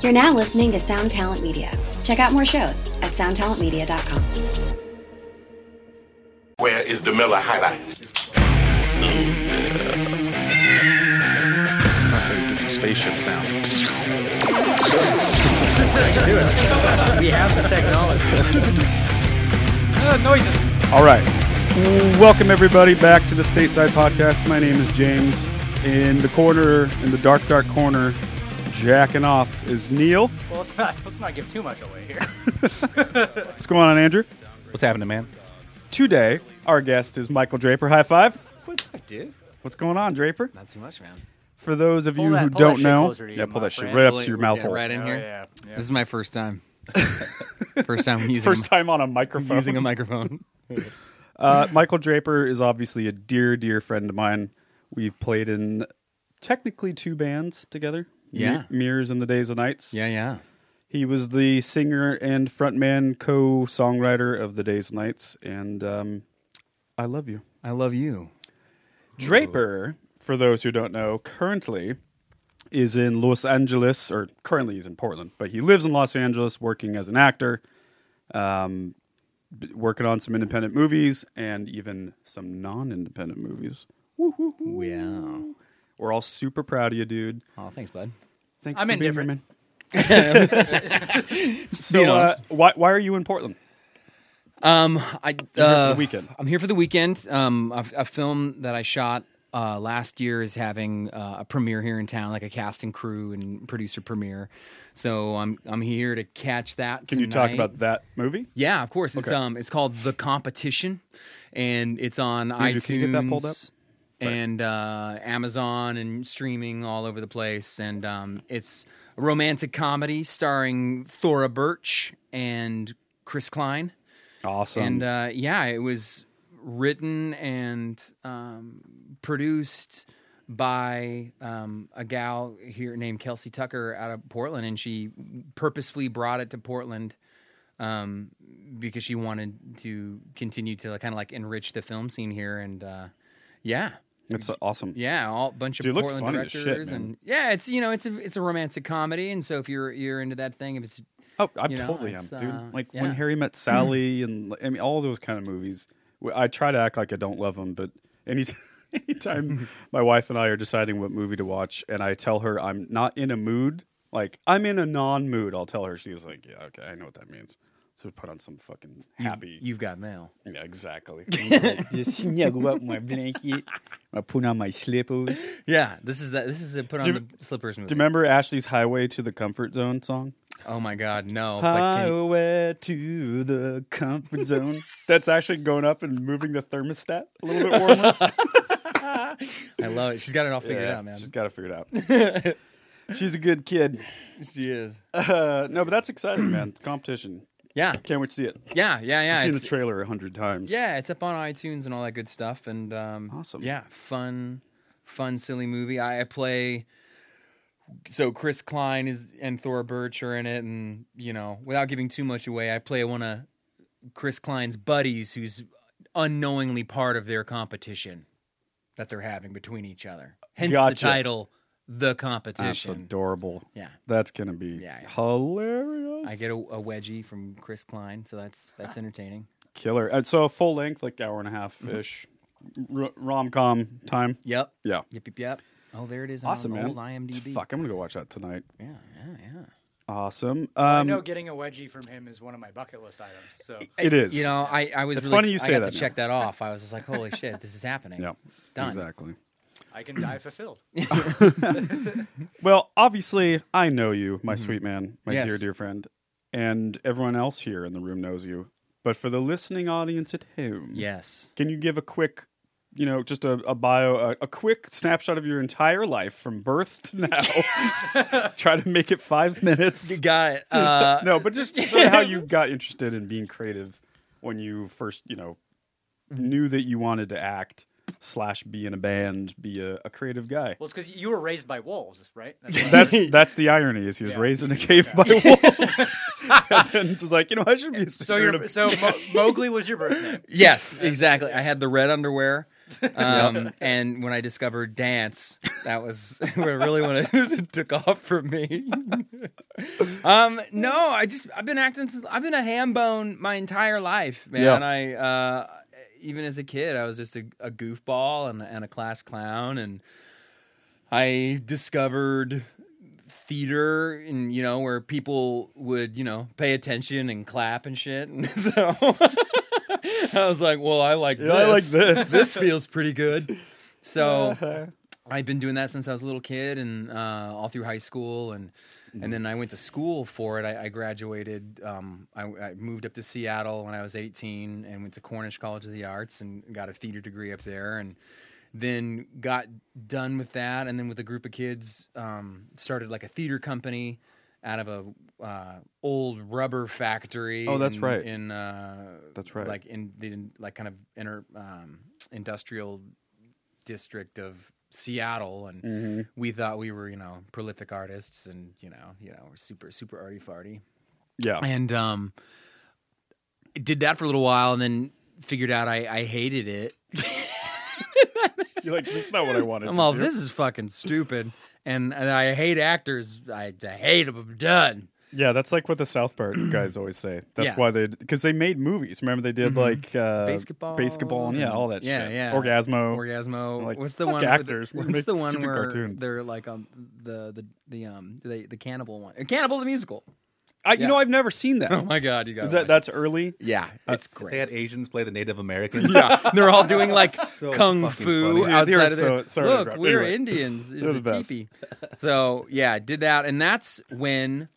You're now listening to Sound Talent Media. Check out more shows at soundtalentmedia.com. Where is the Miller highlight? I say, did some spaceship sounds. We have the technology. All right. Welcome, everybody, back to the Stateside Podcast. My name is James. In the corner, in the dark, dark corner, jacking off is Neil. Well, let's not let's not give too much away here. What's going on, Andrew? What's happening, man? Today, our guest is Michael Draper. High five. What's up, dude? What's going on, Draper? Not too much, man. For those of you that- who pull that don't shit know, closer to you, yeah, pull my that shit friend. right up to your Yeah, mouth hole. Right in Oh, here. yeah, yeah. This is my first time. first time using First a, time on a microphone. using a microphone. Uh, Michael Draper is obviously a dear, dear friend of mine. We've played in technically two bands together. Mi- Yeah. Mirrors and the Days of Nights. Yeah, yeah. He was the singer and frontman, co-songwriter of the Days and Nights, and um, I love you, I love you. Draper. For those who don't know, currently is in Los Angeles, or currently he's in Portland, but he lives in Los Angeles, working as an actor, um, b- working on some independent movies and even some non-independent movies. Yeah. We're all super proud of you, dude. Oh, thanks, bud. Thanks I'm for being here, indifferent. man. so, Being uh, honest. why why are you in Portland? Um, I for uh, the weekend. I'm here for the weekend. Um, a, a film that I shot uh, last year is having uh, a premiere here in town, like a cast and crew and producer premiere. So I'm I'm here to catch that. Can you talk tonight. about that movie? Yeah, of course. It's Okay. um, it's called The Competition, and it's on Andrew, iTunes can you get that pulled up? and uh, Amazon and streaming all over the place. And um, it's a romantic comedy starring Thora Birch and Chris Klein. Awesome. and uh, yeah, it was written and um, produced by um, a gal here named Kelsey Tucker out of Portland, and she purposefully brought it to Portland um, because she wanted to continue to kind of like enrich the film scene here. And uh, yeah, That's awesome. yeah, all bunch of Dude, it looks Portland funny as directors shit, man. and yeah, it's you know it's a it's a romantic comedy, and so if you're you're into that thing, if it's Oh, I You know, totally am, it's, dude. uh, like when yeah. Harry Met Sally and I mean all those kind of movies. wh- I try to act like I don't love them, but any anytime my wife and I are deciding what movie to watch, and I tell her I'm not in a mood, like I'm in a non mood, I'll tell her. She's like, "Yeah, okay, I know what that means." So put on some fucking happy. you've got mail. yeah, exactly. just snuggle up my blanket. I put on my slippers. Yeah, this is that. This is a put on Do you- the slippers movie. Do you remember Ashley's Highway to the Comfort Zone song? oh my god, no! But can you- Highway to the comfort zone. That's actually going up and moving the thermostat a little bit warmer. I love it. She's got it all figured out, man. She's got to figure it out. she's a good kid. She is. Uh, no, but that's exciting, man. It's competition. Yeah, Can't wait to see it. yeah, yeah, yeah. I've seen the It's, trailer a hundred times. yeah, it's up on iTunes and all that good stuff. And um, Awesome. Yeah, fun, fun, silly movie. I, I play. So Chris Klein is and Thora Birch are in it, and you know, without giving too much away, I play one of Chris Klein's buddies who's unknowingly part of their competition that they're having between each other. Hence Gotcha. the title, "The That's Competition." adorable. Yeah. That's gonna be Yeah, yeah. hilarious. I get a, a wedgie from Chris Klein, so that's that's entertaining. killer. And so full length, like hour and a half Mm-hmm. ish, R- rom com time. Yep. Yeah. Yep. Yep. Yep. Oh, there it is. Awesome, on the man. Old IMDb. Fuck, I'm gonna go watch that tonight. Yeah. Yeah. Yeah. Awesome. I know Um, getting a wedgie from him is one of my bucket list items. So it is. You know, I, I was It's really, funny you I say got that to now. check that off. I was just like, holy shit, this is happening. Yeah. Done. Exactly. I can die fulfilled. Well, obviously, I know you, my sweet man, my Yes. dear, dear friend, and everyone else here in the room knows you. But for the listening audience at home, Yes. can you give a quick, you know, just a, a bio, a, a quick snapshot of your entire life from birth to now? Try to make it five minutes. Got it. Uh, No, but just sort of how you got interested in being creative when you first, you know, knew that you wanted to act slash be in a band, be a, a creative guy. Well, it's because you were raised by wolves, right? That's why- That's that's the irony is he was Yeah. raised in a cave by wolves. and then just like, you know, I should be a so singer in your a- so Mo- Mowgli was your birth name. yes, exactly. I had the red underwear. Um, And when I discovered dance, that was where really when it took off for me. um, no, I just I've been acting since I've been a ham bone my entire life, man. Yeah. And I uh, even as a kid, I was just a, a goofball and, and a class clown, and I discovered theater and you know where people would you know pay attention and clap and shit and so i was like well i like this Yeah, I like this. this feels pretty good so i've been doing that since i was a little kid and uh, all through high school and and then i went to school for it i, I graduated um, I, I moved up to seattle when i was 18 and went to cornish college of the arts and got a theater degree up there and then got done with that and then with a group of kids um, started like a theater company out of a uh, old rubber factory Oh, that's in, right. in uh, That's right. like in the in- like kind of inner um, industrial district of Seattle, and Mm-hmm. we thought we were you know prolific artists, and you know you know we're super super arty farty, Yeah. and um, did that for a little while, and then figured out I, I hated it. You're like, that's not what I wanted I'm to all do. this is fucking stupid, and, and I hate actors. I, I hate them. I'm done. Yeah, that's like what the South Park guys always say. That's Yeah. Mm-hmm. why they because they made movies. Remember they did like uh, Basketball basketball, and yeah, all that yeah, shit. yeah. Orgasmo. Orgasmo. Oh. Like, what's the fuck one? with- actors. We What's make the one stupid where cartoons. they're like on the the the um the the cannibal one? Cannibal the musical. I, you Yeah. know, I've never seen that. Oh my god, you got Is that that's early? yeah, it's They great. had Asians play the Native Americans. yeah, they're all doing like So kung fucking fu funny. Dude, outside you're of their, so- sorry to look. interrupt. We're Anyway, Indians. Is they're a the best. teepee. So yeah, did that, and that's when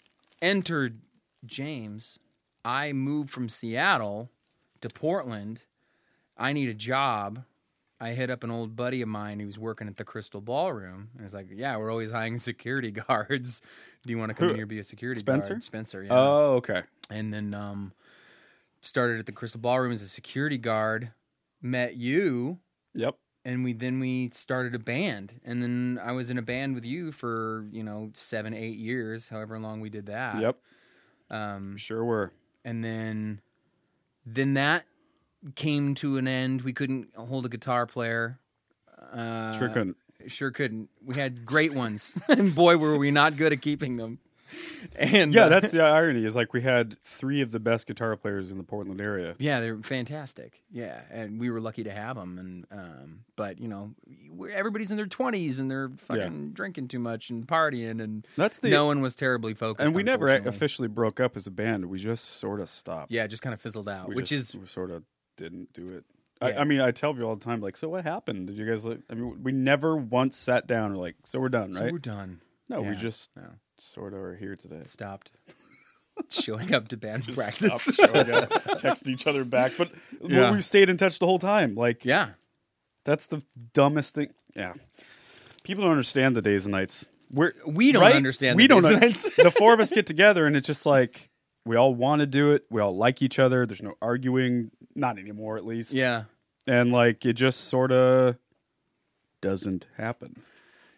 entered James. I moved from Seattle to Portland. I need a job. I hit up an old buddy of mine who was working at the Crystal Ballroom, and he's like, "Yeah, we're always hiring security guards. Do you want to come Who- in here and be a security Spencer? guard?" Spencer, yeah Oh, okay. and then um, started at the Crystal Ballroom as a security guard. Met you, Yep. and we then we started a band, and then I was in a band with you for you know seven, eight years, however long we did that. Yep. Uh, Um, Sure were. and then then that came to an end. We couldn't hold a guitar player. Uh, Sure couldn't. Sure couldn't. We had great ones, and boy, were we not good at keeping them. And Yeah, uh, that's the irony. Is like we had three of the best guitar players in the Portland area. Yeah, they're fantastic. Yeah, and we were lucky to have them. And um, but you know, we're, everybody's in their twenties and they're fucking drinking too much and partying, and That's the- no one was terribly focused. And we never e, a- unfortunately. officially broke up as a band. We just sort of stopped. Yeah, it just kind of fizzled out, we which just is sort of didn't do it. Yeah. I, I mean, I tell people all the time, like, so what happened? Did you guys? Like, I mean, we never once sat down or like, so we're done, so right? we're done. no, we Yeah, just no. sort of are here today. Stopped showing up to band practice. Stop showing up, text each other back, but Yeah. well, we've stayed in touch the whole time. Like, Yeah, that's the dumbest thing. Yeah, people don't understand the days and nights. We're we don't right? understand. We the don't. un- dissonance. the four of us get together, and it's just like we all want to do it. We all like each other. There's no arguing, not anymore, at least. yeah, and like it just sort of doesn't happen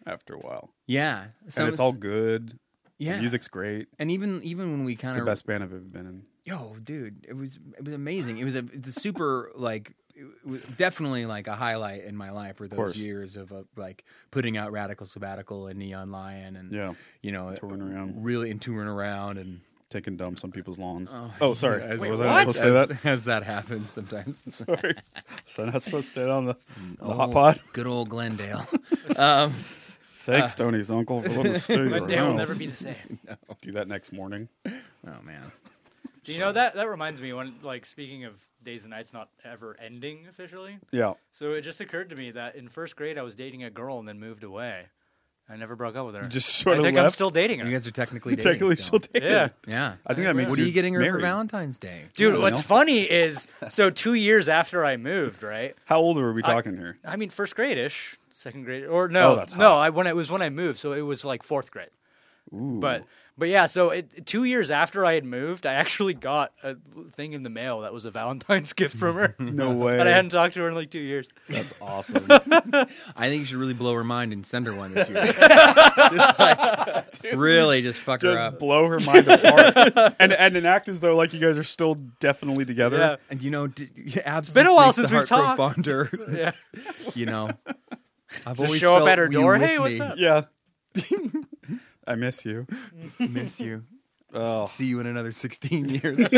after a while. yeah. So and it's all good. yeah. The music's great. and even even when we kind It's the of best band I've ever been in. yo dude it was it was amazing it was a it's a super like it was definitely like a highlight in my life were those course. years of uh, like putting out radical sabbatical and neon lion and Yeah, you know Touring around. really and touring around and taking dumps on people's lawns. Oh, sorry. as, was I not supposed to say as- that? as that happens sometimes Sorry. Was I not supposed to say that on the, the hot pod? good old glendale um Thanks, Tony's uncle, for letting us stay But day will around. never be the same. Do that next morning. oh man You know that that reminds me when like speaking of days and nights not ever ending officially. Yeah. So it just occurred to me that in first grade I was dating a girl and then moved away. I never broke up with her. Just sort I of think I'm left? still dating her. you guys are technically dating Technically, still. she'll take yeah. it. yeah I think that means what are you you're getting her for married. valentine's day Dude, Yeah, I what's know. funny is so two years after I moved, right? How old are we talking here? I mean, first grade ish, second grade, or no, Oh, that's no. hot. I when I- it was when I moved, so it was like fourth grade. But but yeah, so it, two years after I had moved, I actually got a thing in the mail that was a Valentine's gift from her. No way. but I hadn't talked to her in like two years. That's awesome. I think you should really blow her mind and send her one this year. just like, really, just fuck her Just up. blow her mind apart. and, and and act as though like you guys are still definitely together. Yeah. and you know, d- absence been a while makes since the we've heart grow talked. Fonder. Yeah, you know. I've Just show up at her door. Hey, what's up? Yeah. I miss you. Miss you. Oh. See you in another 16 years. This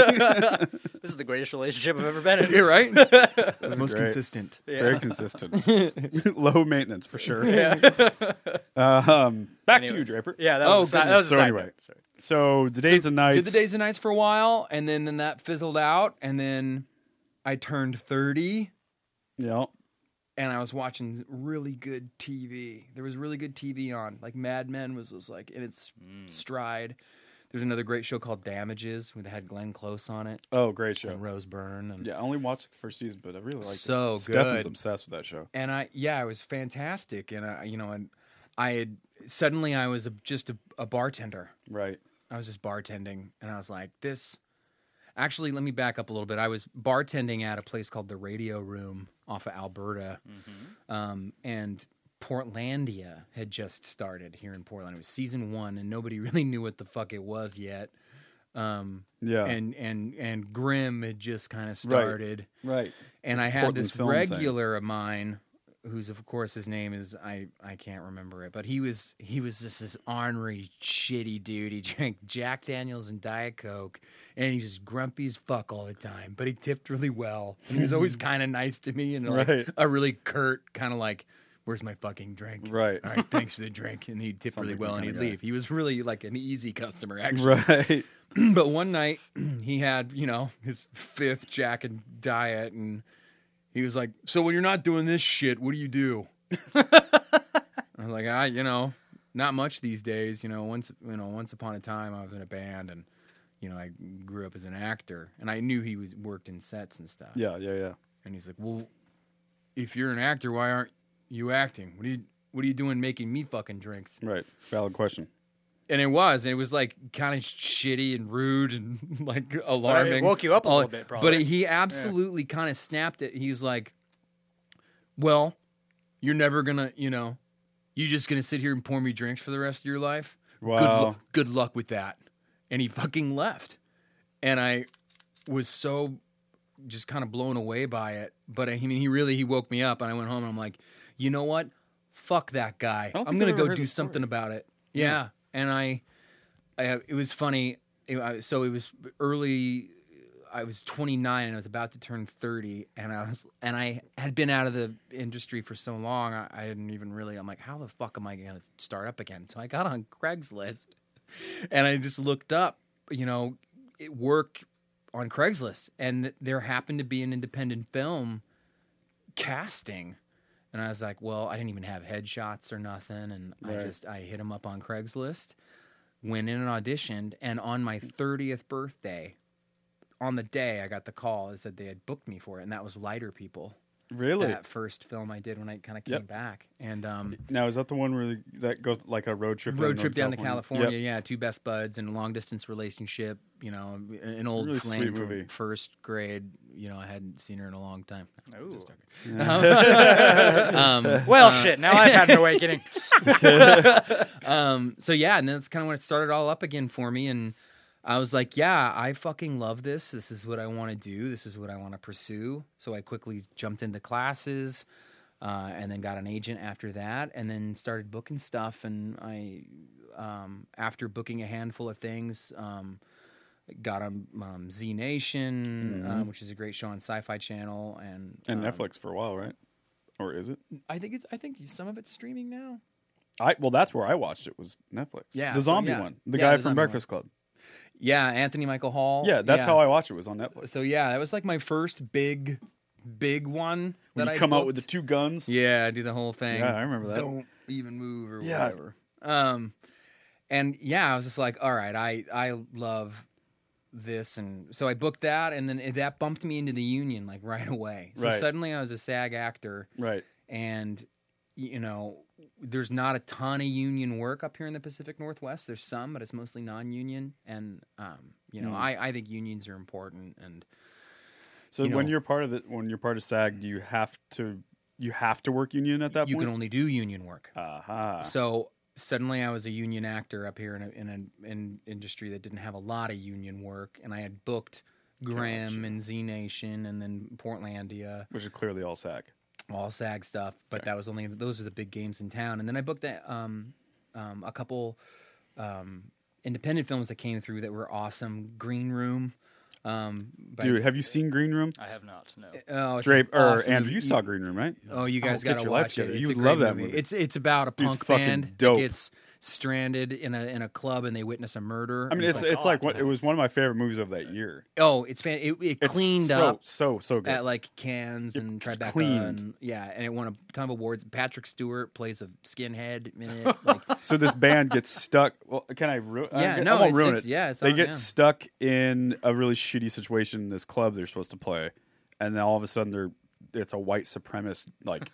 is the greatest relationship I've ever been in. You're right. The most great. consistent. Very consistent. Low maintenance for sure. um, back to Anyway. you, Draper. Yeah, that Oh, was, a, si- that goodness. was a So side anyway, note. Sorry. so the days and nights. Did the days and nights for a while, and then, then that fizzled out, and then I turned 30. Yeah. and I was watching really good TV. There was really good TV on. Like Mad Men was, was like in its stride. There's another great show called Damages with had Glenn Close on it Oh, great and show. Rose Byrne and Yeah, I only watched the first season, but I really liked So it. Stefan's good. obsessed with that show. and I yeah, it was fantastic and I you know and I had suddenly I was a, just a, a bartender. Right. I was just bartending and I was like this Actually, let me back up a little bit. I was bartending at a place called the Radio Room off of Alberta, um, and Portlandia had just started here in Portland. It was season one, and nobody really knew what the fuck it was yet. Um, Yeah. and and and Grimm had just kind of started, Right. and I had Portland this film thing. regular of mine, who's of course his name is I I can't remember it, but he was he was just this ornery shitty dude. He drank Jack Daniels and Diet Coke, and he was just grumpy as fuck all the time. But he tipped really well, and he was always kind of nice to me, and like Right. a really curt kind of like. Where's my fucking drink? Right. All right. Thanks for the drink. And he'd tip really like the well and he'd kinda guy. leave. He was really like an easy customer, actually Right. but one night he had you know his fifth jack and diet and he was like so when you're not doing this shit what do you do i was like i you know not much these days you know once you know once upon a time i was in a band and you know i grew up as an actor and i knew he was worked in sets and stuff Yeah, yeah, yeah. and he's like well if you're an actor why aren't you acting what are you what are you doing making me fucking drinks Right. Valid question. and it was, and it was like kind of shitty and rude and like alarming. woke you up a All- little bit, probably. But he absolutely kind of snapped it. He's like, "Well, you're never gonna, you know, you just gonna sit here and pour me drinks for the rest of your life. Good, Wow. lu- good luck with that." And he fucking left, and I was so just kind of blown away by it. But I mean, he really he woke me up, and I went home, and I'm like, you know what? Fuck that guy. don't I'm think gonna I've ever go heard do this story. something about it. Yeah, and I, I, it was funny. It- I- So it was early. I was 29 and I was about to turn 30, and I was and I had been out of the industry for so long, I, I didn't even really. I'm like, how the fuck am I gonna start up again? So I got on Craigslist, and I just looked up, you know, it- work on Craigslist, and th- there happened to be an independent film casting. And I was like, well, I didn't even have headshots or nothing. And I just, I hit him up on Craigslist, went in and auditioned. And on my 30th birthday, on the day I got the call, it said they had booked me for it. And that was Lighter People, Really? that first film I did when I kind of came Yep. back. And, um, Now is that the one where the, that goes like a road trip? road trip North down to California. Yep. Yeah, two best buds and a long distance relationship. You know, an old Really flame sweet from movie. first grade. You know, I hadn't seen her in a long time. Ooh. Um, Well, shit. Now I've had an awakening. um, so yeah, and that's kind of when it started all up again for me. And I was like, yeah, I fucking love this. This is what I want to do. This is what I want to pursue. So I quickly jumped into classes. Uh, and then got an agent after that, and then started booking stuff. And I, um, after booking a handful of things, um, got on um, Z Nation, Mm-hmm. um, which is a great show on Sci-Fi Channel, and And um, Netflix for a while, right? Or is it? I think it's I think some of it's streaming now. I well, that's where I watched it was Netflix. Yeah, the so, zombie yeah. one, the Yeah, the zombie guy from Breakfast Club. Yeah, Anthony Michael Hall. Yeah, that's yeah. how I watched it. Was on Netflix. So yeah, that was like my first big, big one when that you I come out with the booked. two guns. yeah, I do the whole thing. Yeah, I remember that. Don't even move or Yeah. whatever. Um, and yeah, I was just like, all right, I I love this, and so I booked that, and then it- that bumped me into the union like right away. So Right. suddenly I was a SAG actor, Right. and y- you know. There's not a ton of union work up here in the Pacific Northwest. There's some, but it's mostly non-union. And um, you know, I, I think unions are important, and So You when know. you're part of the when you're part of SAG, do you have to you have to work union at that you point? can only do union work. Aha. So suddenly, I was a union actor up here in a, in an in industry that didn't have a lot of union work, and I had booked Graham and Z Nation, and then Portlandia. Which is clearly all SAG. all SAG stuff. But that was only those are the big games in town. And then I booked that um, um, a couple um, independent films that came through that were awesome. Green Room, um, by- Dude, have you seen Green Room? I have not. No. oh, it's Drape or awesome. Andrew, you, saw Green Room, right? Oh, you guys Oh, get got to your watch life together. it. You It's a would love great that movie. movie. It's it's about a Dude's punk fucking band that dope. gets stranded in a in a club and they witness a murder. I mean, it's it's like what, it was one of my favorite movies of that year. oh, it's fan. It, it It's cleaned so, up so so good. at like Cannes and it's Tribeca, cleaned. and yeah, and it won a ton of awards. Patrick Stewart plays a skinhead in it. Like, so this band gets stuck. Well, can I? Ru- I'm Yeah, gonna- no, I won't it's- ruin it's- it. yeah, it's they on, get yeah. stuck in a really shitty situation in this club they're supposed to play, and then all of a sudden they're it's a white supremacist like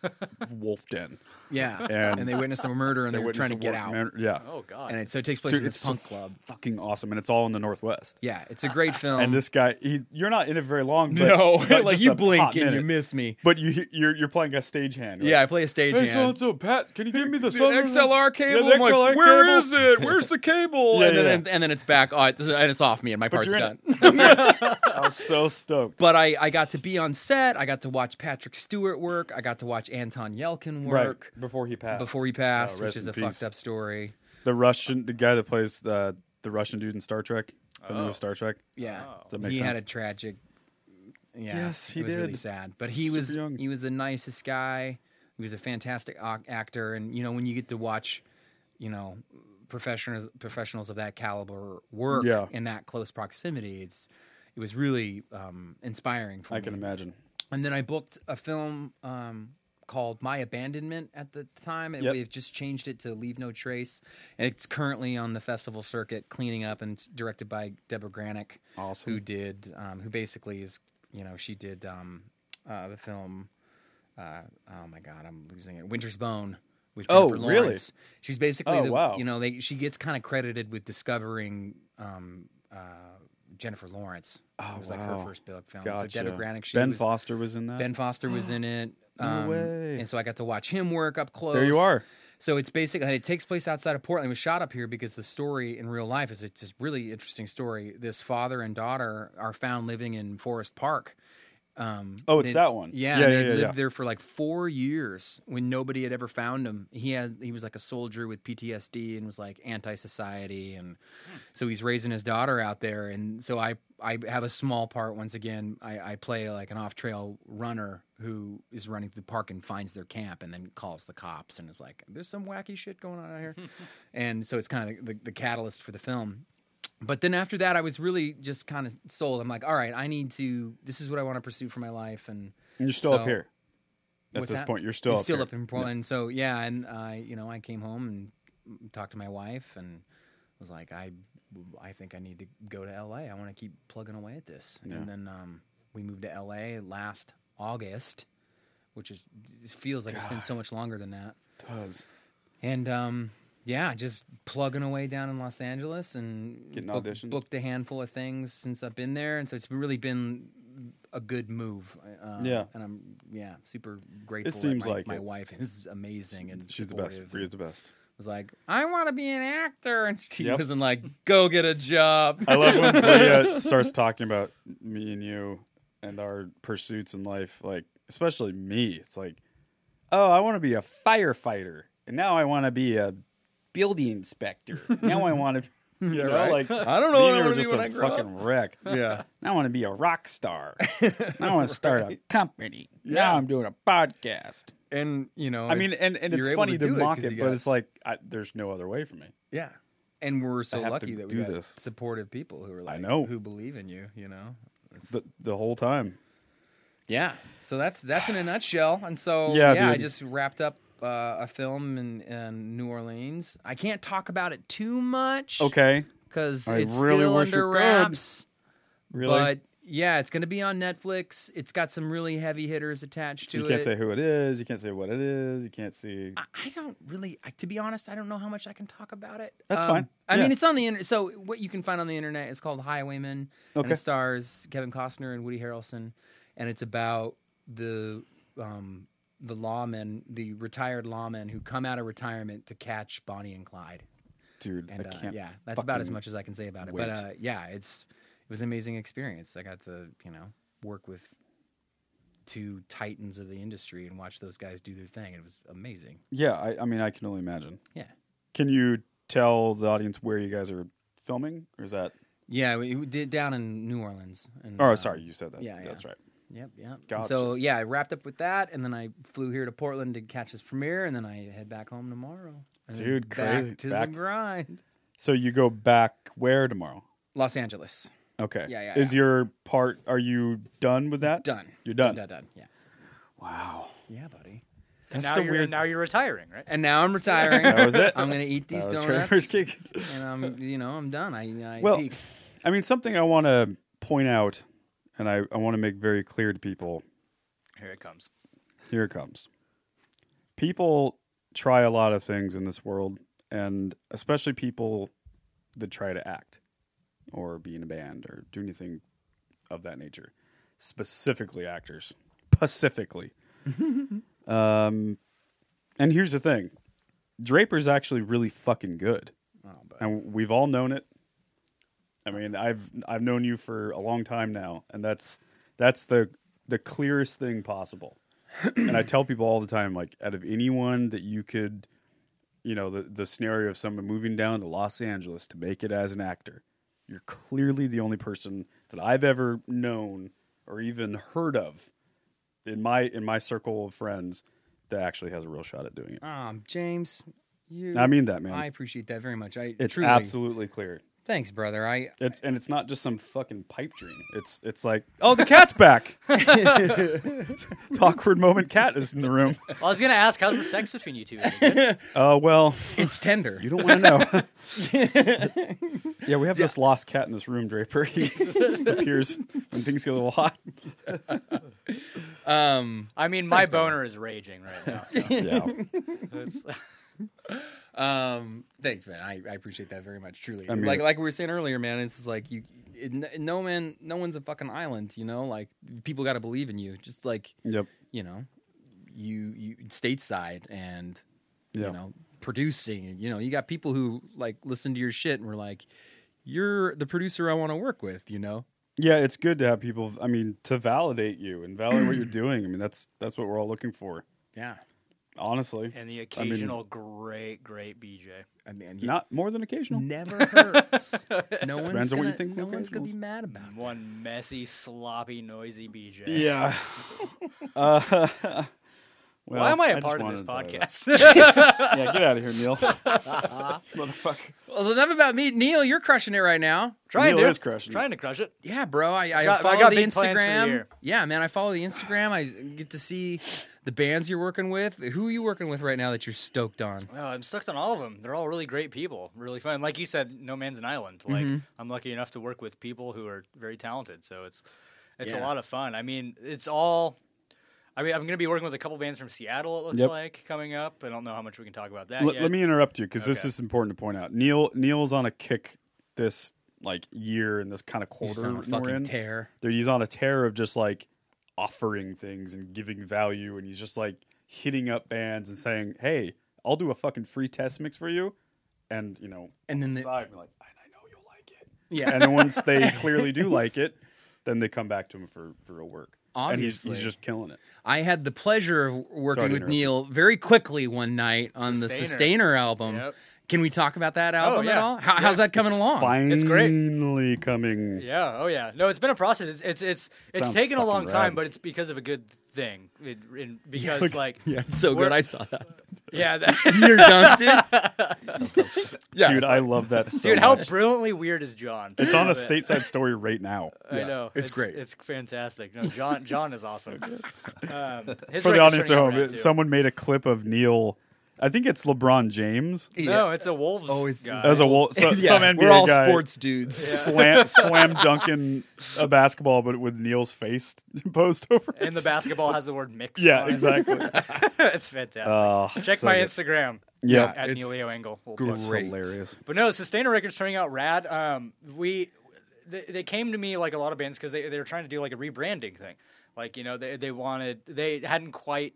wolf den. yeah, And and, they witness a murder and they were witness trying to a get war- out. man- yeah, Oh God. And it, so it takes place Dude, in this it's punk so club. fucking awesome, and it's all in the northwest. Yeah, it's a great film. and this guy, he you're not in it very long. But, Um, no, but like just you a blink hot and you minute. miss me. But you he- you're you're playing a stagehand. Right? Yeah, I play a stagehand. so Pat, can you give me the, the southern- XLR Yeah, cable. the I'm like, XLR where cable." is it? Where's the cable? Yeah, and, then, yeah. and, then it's back. Oh, it's, and it's off me, and my part's you're in done. I was so stoked. but I, I got to be on set. I got to watch Patrick Stewart work. I got to watch Anton Yelkin work right before he passed. before he passed, Oh, which rest is in a peace. fucked up story. the Russian, the guy that plays the the Russian dude in Star Trek, the newest Star Trek. Yeah, Oh. That he makes had a sense. tragic. Yeah, Oh. Yes, he it was Really did. sad, but he Super was young. he was the nicest guy. He was a fantastic ac- actor, and you know when you get to watch, you know, professionals professionals of that caliber work Yeah. in that close proximity, it's it was really um, inspiring for I me. can imagine. And then I booked a film um, called My Abandonment at the time. And Yep. We've just changed it to Leave No Trace. And it's currently on the festival circuit, cleaning up, and it's directed by Deborah Granick. Awesome. Who did, um, who basically is, you know, she did um, uh, the film, uh, oh my God, I'm losing it, Winter's Bone. With Oh, Jennifer really? Lawrence. She's basically, Oh, the, wow. you know, they, she gets kind of credited with discovering um, uh, Jennifer Lawrence. Oh, it was like her wow. first big film. Gotcha. So Deborah Granick, she ben was, Foster was in that. Ben Foster was in it. Um, way. And so I got to watch him work up close. you are. So it's basically and it takes place outside of Portland. It was shot up here because the story in real life is it's a really interesting story. This father and daughter are found living in Forest Park. Um, Oh, it's they- that one. Yeah, Yeah, and yeah, they yeah, lived yeah. there for like four years when nobody had ever found him. He had he was like a soldier with PTSD and was like anti-society, and so he's raising his daughter out there. And so I I have a small part once again. I, I play like an off-trail runner who is running through the park and finds their camp and then calls the cops and is like, "There's some wacky shit going on out here," and so it's kind of the, the, the catalyst for the film but then after that i was really just kind of sold i'm like all right i need to this is what i want to pursue for my life and and you're still so- up here. At what's this that? point, you're still up still here. up in portland so yeah and i you know i came home and talked to my wife and was like i i think i need to go to la i want to keep plugging away at this and then um, we moved to la last august which is it feels like it's been so much longer than that Does. and um, yeah, just plugging away down in Los Angeles and Getting book- auditions. booked a handful of things since I've been there, and so it's really been a good move. Uh, Yeah. and I'm yeah super grateful. that seems my, like my it. wife is amazing and She's the supportive. best. Rhea's the best. Was like, I want to be an actor, and she Yep. wasn't like, go get a job. I love when Bria starts talking about me and you and our pursuits in life, like especially me. It's like, oh, I want to be a firefighter, and now I want to be a building inspector. now I want to, you know, like I don't know what I me and you were wanna be just when a I grow up. fucking wreck. yeah, Now I want to be a rock star. Now I want to start a company. Now I'm doing a podcast. and you know, I mean, and, and you're it's able funny to, do mock 'cause it, you but got- it's like I, there's no other way for me. Yeah. And we're so have to lucky that we do got this. supportive people who are like know. who believe in you, you know. The the whole time. Yeah. So that's that's in a nutshell. And so yeah, Yeah, I dude. just wrapped up uh, a film in, in New Orleans. I can't talk about it too much. Okay. Because I it's really still wish under you could. wraps. Really? But yeah, it's going to be on Netflix. It's got some really heavy hitters attached to you it. can't Ah, say who it is. You can't say what it is. You can't see. I- I don't really, I, to be honest, I don't know how much I can talk about it. Um, That's fine. I mean, Yeah. it's on the internet. So what you can find on the internet is called Highwaymen, and Okay. it stars Kevin Costner and Woody Harrelson, and it's about the um, the lawmen, the retired lawmen who come out of retirement to catch Bonnie and Clyde. Dude, And I uh, can't. yeah, that's about as fucking much as I can say about it. wait. But uh, yeah, it's it was an amazing experience. I got to you know work with two titans of the industry and watch those guys do their thing. It was amazing. Yeah, I, I mean, I can only imagine. Yeah. Can you tell the audience where you guys are filming, or is that? Yeah, we we did down in New Orleans. And, Oh, uh, sorry, you said that. yeah, that's yeah. right. Yep, yep. And Gotcha. So yeah, I wrapped up with that, and then I flew here to Portland to catch this premiere, and then I head back home tomorrow. And then Dude, back crazy. to Back- the grind. So you go back where tomorrow? Los Angeles, Okay. Yeah, yeah, Is yeah. your part? Are you done with that? done. You're done. Done. Done. Yeah. Wow. Yeah, buddy. And That's now the you're weird. now you're retiring, right? And now I'm retiring. That was it. I'm gonna eat these That was Kramer's donuts, cake. and I'm you know I'm done. I, I Well, peaked. I mean, something I want to point out, and I, I want to make very clear to people Here it comes. here it comes. People try a lot of things in this world, and especially people that try to act or be in a band or do anything of that nature. Specifically, actors. Specifically. um, and here's the thing Draper's actually really fucking good. and we've all known it. I mean, I've I've known you for a long time now, and that's that's the the clearest thing possible. and I tell people all the time, like, out of anyone that you could, you know, the the scenario of someone moving down to Los Angeles to make it as an actor, you're clearly the only person that I've ever known or even heard of in my in my circle of friends that actually has a real shot at doing it. Um, James, you. I mean that, man. I appreciate that very much. I it's truly. absolutely clear. Thanks, brother. I It's and it's not just some fucking pipe dream. It's it's like oh the cat's back. Awkward moment. Cat is in the room. Well, I was gonna ask, how's the sex between you two? Is it good? Uh, well, it's tender. you don't want to know. yeah, we have this lost cat in this room, Draper. He appears when things get a little hot. Um. I mean, my boner is raging right now. So Yeah, it's, Um, thanks, man. I, I appreciate that very much. Truly, I mean like it. like we were saying earlier, man. It's just like you, it, n- no man, no one's a fucking island. You know, like people got to believe in you. Just like yep, you know, you you stateside and Yeah. you know producing. You know, you got people who like listen to your shit and were like, "You're the producer I want to work with." You know, yeah. It's good to have people. I mean, to validate you and validate what you're doing. I mean, that's that's what we're all looking for. yeah. Honestly, and the occasional great, great BJ. I mean, you- not more than occasional. never hurts. no one's Depends on gonna, what you think no the one's gonna be occasionals. mad about. it. One messy, sloppy, noisy BJ. Yeah. uh, well, Why am I a just part of wanted this to tell you that. podcast? Yeah, get out of here, Neil. Motherfucker. Well, enough about me, Neil. You're crushing it right now. trying Neil to is crushing it. trying to crush it. Yeah, bro. I, I, got- I follow got the big plans for the Instagram. year. yeah, man. I follow the Instagram. I get to see the bands you're working with. Who are you working with right now that you're stoked on? No, Oh, I'm stoked on all of them. They're all really great people, really fun. Like you said, no man's an island. Like Mm-hmm. I'm lucky enough to work with people who are very talented, so it's it's a Yeah. lot of fun. I mean, it's all. I mean, I'm going to be working with a couple bands from Seattle. It looks Yep. like coming up. I don't know how much we can talk about that. Let, yet. let me interrupt you because this Okay. is important to point out. Neil Neil's on a kick this like year and this kind of Just quarter on a we're in. fucking tear. Dude, he's on a tear of just like offering things and giving value, and he's just like hitting up bands and saying, "Hey, I'll do a fucking free test mix for you," and you know, And then the- side, we're like, "I, I know you'll like it." Yeah. and then once they clearly do like it, then they come back to him for for real work. and he's, Obviously. he's just killing it. I had the pleasure of working Sorry to with interrupt. Neil very quickly one night on the Sustainer. Sustainer album. Yep. Can we talk about that album at yeah. all? How, How's that coming along? Finally It's great. coming. Yeah. Oh, yeah. No, it's been a process. It's it's it's, it's Sounds taken a fucking long time, rad. but it's because of a good thing. It, in- because like yeah, It's so good. We're- I saw that. that, You're done, dude. yeah. Dude, I love that so dude, how much. brilliantly weird is John? It's on a Love it. stateside story right now. I know it's great. It's fantastic. No, John John is awesome. um, his For the record's audience at turning out home, rad, it- too. someone made a clip of Neil. I think it's LeBron James. No, it's a Wolves guy. That was a wol- so, yeah, some NBA we're all guy sports dudes. slam slam dunking a basketball, but with Neil's face posed over. It. and the basketball has the word mix. Yeah, on it. exactly. it's fantastic. Oh, Check so my good. Instagram Yeah, at it's Neilio Engel. We'll Great. post it. Hilarious. But no, Sustainer Records turning out rad. Um, we they, they came to me like a lot of bands because they they were trying to do like a rebranding thing. Like you know they they wanted they hadn't quite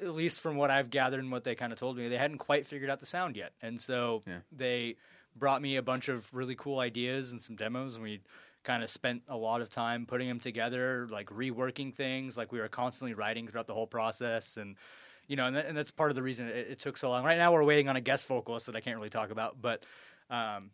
at least from what I've gathered and what they kind of told me, they hadn't quite figured out the sound yet. And so they brought me a bunch of really cool ideas and some demos, and we kind of spent a lot of time putting them together, like reworking things. Like we were constantly writing throughout the whole process, and you know, and, that, and that's part of the reason it, it took so long. Right now, we're waiting on a guest vocalist that I can't really talk about, but um,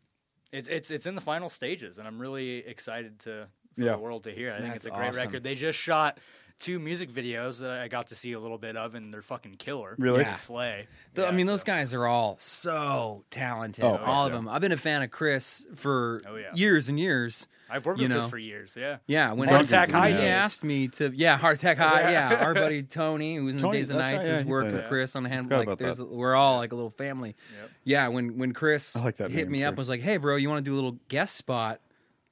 it's it's it's in the final stages, and I'm really excited to for Yeah. the world to hear. it. I think That's it's a great awesome. record. They just shot two music videos that I got to see a little bit of, and they're fucking killer. They Really? Yeah. slay. The- I Yeah, mean, those so- guys are all so talented. Oh, fuck all of yeah. them. I've been a fan of Chris for Oh, yeah. years and years. I've worked you with know. this for years. Yeah. Yeah, when Heart he- Attack High he knows. asked me to, yeah, Heart Attack High, yeah. Yeah. Our buddy Tony, who's in Tony, the Days and that's right, Nights, yeah, has he worked played with it. Chris on hand. Forgot Like, about there's, that. we're all like a little family. Yep. Yeah, when when Chris I like that hit name, me up too. and was like, "Hey, bro, you want to do a little guest spot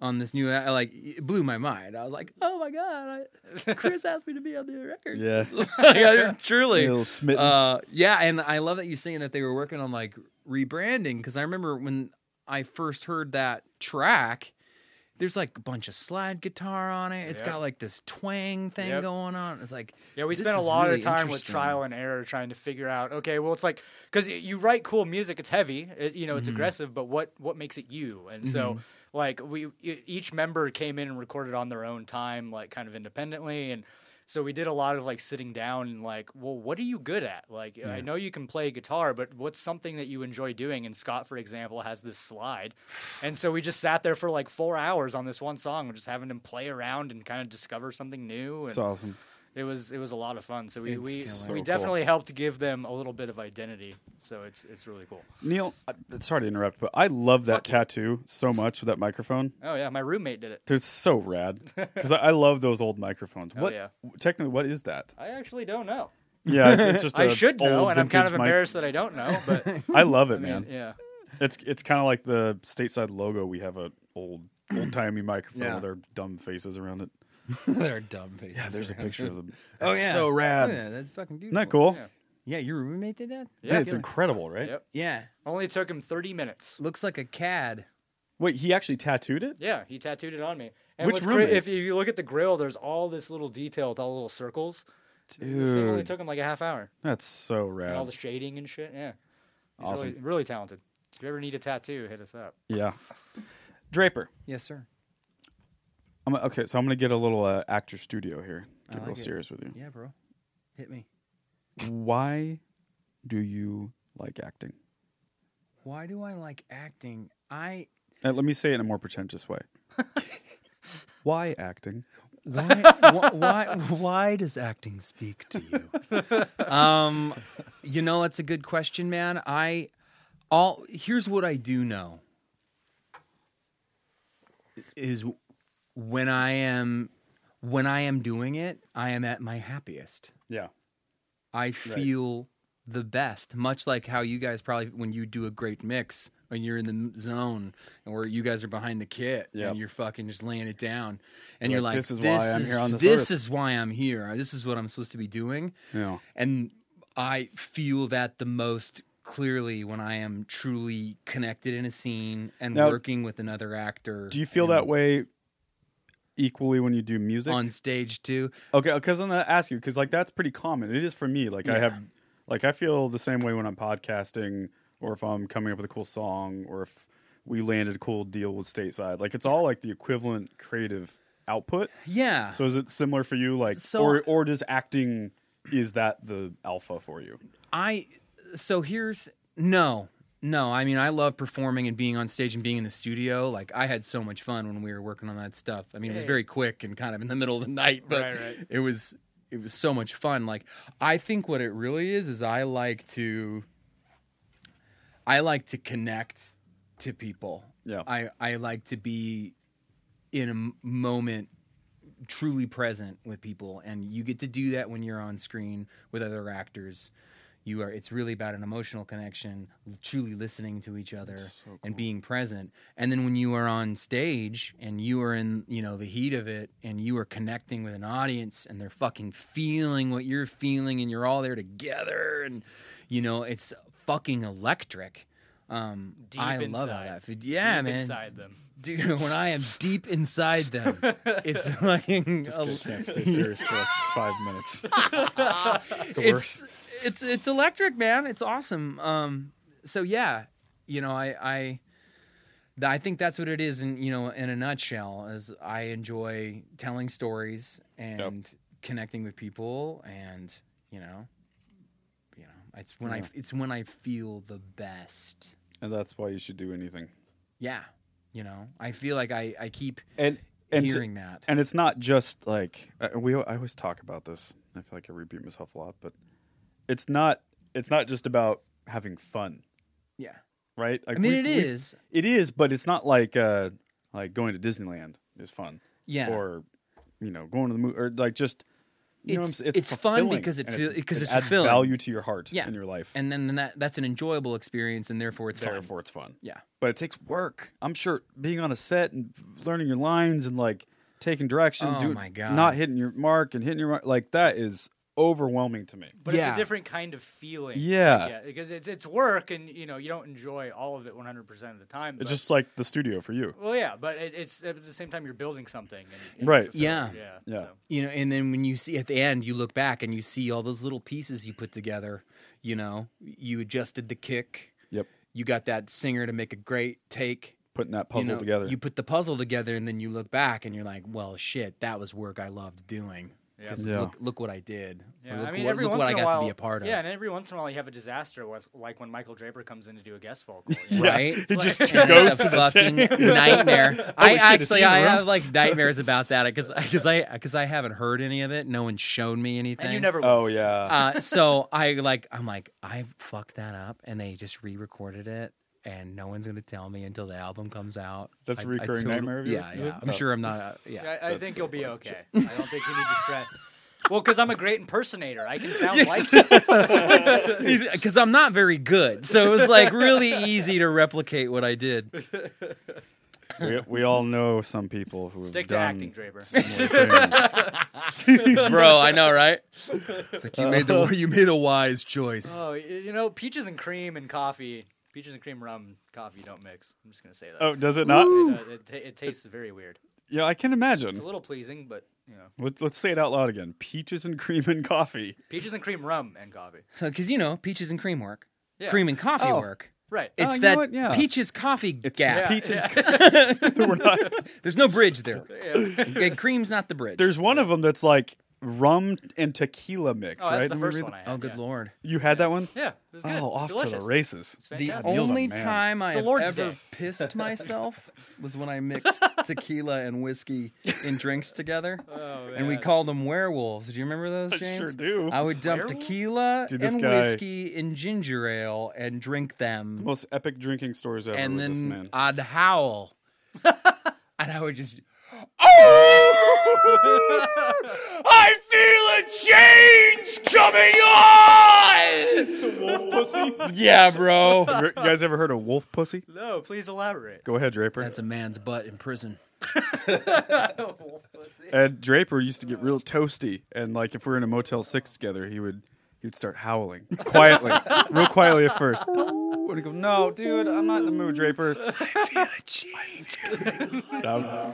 on this new?" a-" Like, it blew my mind. I was like, "Oh my god, I, Chris asked me to be on the record." Yeah. Like, I- truly. A little smitten. Uh, yeah, and I love that you saying that they were working on like rebranding because I remember when I first heard that track. There's like a bunch of slide guitar on it. It's Yep. got like this twang thing Yep. going on. It's like Yeah, we this spent a is lot really of time with interesting. trial and error trying to figure out. Okay, well, it's like because you write cool music, it's heavy, it, you know, it's Mm-hmm. aggressive, but what what makes it you? And so, like we e- each member came in and recorded on their own time, like kind of independently, and so we did a lot of like sitting down and like, well, what are you good at? Like, I know you can play guitar, but what's something that you enjoy doing? And Scott, for example, has this slide, and so we just sat there for like four hours on this one song, just having him play around and kind of discover something new. And It's awesome. it was it was a lot of fun. So we we, killer. we So definitely helped give them a little bit of identity. So it's it's really cool. Neil, I, sorry to interrupt, but I love that tattoo so much with that microphone. Oh yeah, my roommate did it. Dude, it's so rad because I, I love those old microphones. What yeah. technically, what is that? I actually don't know. Yeah, it's, it's just. I a should know, old and I'm kind of vintage mic. embarrassed that I don't know. But I love it, I mean, man. yeah, It's it's kind of like the stateside logo. We have a old old timey microphone Yeah. with our dumb faces around it. They're dumb faces. Yeah, There's a picture of them. Oh It's yeah, so rad. Yeah, that's fucking beautiful. Isn't that cool? Yeah. Yeah, your roommate did that. Yeah, Yeah. it's incredible, right? Yep. Yeah, only took him 30 minutes. looks like a cad. Wait, he actually tattooed it? Yeah, he tattooed it on me. And Which what's cra- roommate? if you look at the grill, there's all this little detail, with all little circles. This thing only Dude. took him like a half hour, That's so rad. and all the shading and shit. Yeah, he's Awesome. really, really talented. If you ever need a tattoo, hit us up. yeah. Draper. Yes, sir. I'm, okay, so I'm going to get a little uh, actor studio here. Get like real it. serious with you. Yeah, bro, hit me. Why do you like acting? Why do I like acting? I Uh, let me say it in a more pretentious way. Why acting? why, wh- why why does acting speak to you? Um, you know that's a good question, man. I all here's what I do know is when I am when I am doing it, I am at my happiest. Yeah. I feel the best, much like how you guys probably when you do a great mix when you're in the m- zone and where you guys are behind the kit Yep. and you're fucking just laying it down and you're like, like, "This is why I'm here on this this earth." is why I'm here. This is what I'm supposed to be doing." Yeah. And I feel that the most clearly when I am truly connected in a scene and Now- working with another actor. Do you feel that way equally when you do music? on stage too? Okay, because I'm gonna ask you because like that's pretty common. It is for me. Like I have, like I feel the same way when I'm podcasting or if I'm coming up with a cool song or if we landed a cool deal with stateside. Like it's all like the equivalent creative output. Yeah. So is it similar for you? Like So- or or does acting is that the alpha for you? I so here's no. No, I mean I love performing and being on stage and being in the studio. Like I had so much fun when we were working on that stuff. I mean, it was very quick and kind of in the middle of the night, but it was it was so much fun. Like I think what it really is is I like to I like to connect to people. Yeah. I I like to be in a m- moment truly present with people and you get to do that when you're on screen with other actors you are it's really about an emotional connection truly listening to each other and being present and then when you are on stage and you are in you know the heat of it and you are connecting with an audience and they're fucking feeling what you're feeling and you're all there together and you know it's fucking electric um Deep i love all inside. that yeah Deep man inside them. dude when i am deep inside them it's fucking Can't stay serious for like five minutes. It's the worst. it's it's it's electric, man. It's awesome. Um, so yeah, you know, I I Th- I think that's what it is, in you know, in a nutshell, is I enjoy telling stories and connecting with people, and you know, you know, it's when I it's when I feel the best. and that's why you should do anything. Yeah, you know, I feel like I I keep And and hearing that. and it's not just like uh, we. I always talk about this. I feel like I repeat myself a lot, but it's not. It's not just about having fun, yeah, right? Like I mean, we've- it we've- is. It is, but it's not like uh like going to Disneyland is fun. Yeah. Or you know, going to the movie or like just you know what I'm It's- saying? it's it's fun fulfilling, because it and feel- because it's adds fulfilling. value to your heart Yeah, in your life. and then then that that's an enjoyable experience, and therefore it's fun. therefore it's fun. Yeah. But it takes work. I'm sure being on a set and learning your lines and like taking direction, Oh do- my God. not hitting your mark and hitting your mark like that is overwhelming to me. But Yeah. it's a different kind of feeling. Yeah. Yeah, because it's it's work and you know, you don't enjoy all of it 100% of the time. but- It's just like the studio for you. Well, yeah, but it, it's at the same time you're building something. And, and Right. fulfilling, Yeah. Yeah. Yeah. so. you know and then when you see at the end you look back and you see all those little pieces you put together you know you adjusted the kick Yep. you got that singer to make a great take Putting that you puzzle know, together. you put the puzzle together and then you look back and you're like well shit that was work i loved doing 'Cause Yeah. look, look what i did Or Yeah, look I mean, what, every look once what in i a got while, to be a part of Yeah, and every once in a while you have a disaster with, like when Michael Draper comes in to do a guest vocal. Right, It just And it's goes a to the fucking tank. nightmare. I shit, it's actually, in the I room. have like nightmares about that because, because I, because I haven't heard any of it. No one's shown me anything. And you never. oh yeah. uh, so I like I'm like I fucked that up, and they just re-recorded it, and no one's gonna tell me until the album comes out. That's I- a I recurring totally- nightmare of yours, Yeah, is yeah. it? I'm Oh. sure I'm not. Uh, yeah, I, I think you'll be okay. I don't think you need to stress. Well, because I'm a great impersonator. I can sound like you. because I'm not very good, so it was like really easy to replicate what I did. we, we all know some people who have Stick to done acting, Draper. similar things. Bro, I know, right? It's like you made the you made a wise choice. Oh, y- you know, peaches and cream and coffee. Peaches and cream rum and coffee don't mix. I'm just gonna say that. oh, does it not? It, uh, it, ta it tastes very weird. Yeah, I can imagine. It's a little pleasing, but you know, Let, let's say it out loud again. Peaches and cream and coffee. peaches and cream rum and coffee. So, because you know, peaches and cream work, Yeah. cream and coffee Oh. work. Right. It's Oh, you know that what? Yeah. peaches coffee It's gap. the peaches. We're not- There's no bridge there. Okay, cream's not the bridge. There's one of them that's like rum and tequila mix, oh, right? that's the Did we first read one that? I had. oh, good yeah. lord. You had that one? Yeah, it was good. Oh, It was off to delicious. the races. It's The fantastic. Meal's a only man. time I the have Lord's ever Day. pissed myself was when I mixed tequila and whiskey in drinks together, Oh, and we called them werewolves. Do you remember those, James? sure do. I would dump Werewolves? tequila Dude, this and guy- whiskey in ginger ale and drink them, Most epic drinking stories ever. and with this then man. I'd howl, and I would just. Yeah, bro. you guys ever heard of wolf pussy? No, please elaborate. Go ahead, Draper. That's a man's butt in prison. and Draper used to get real toasty, and like if we were in a Motel Six together, he would he'd start howling quietly, real quietly at first. And he'd go, "No, dude, I'm not in the mood, Draper." I feel a change.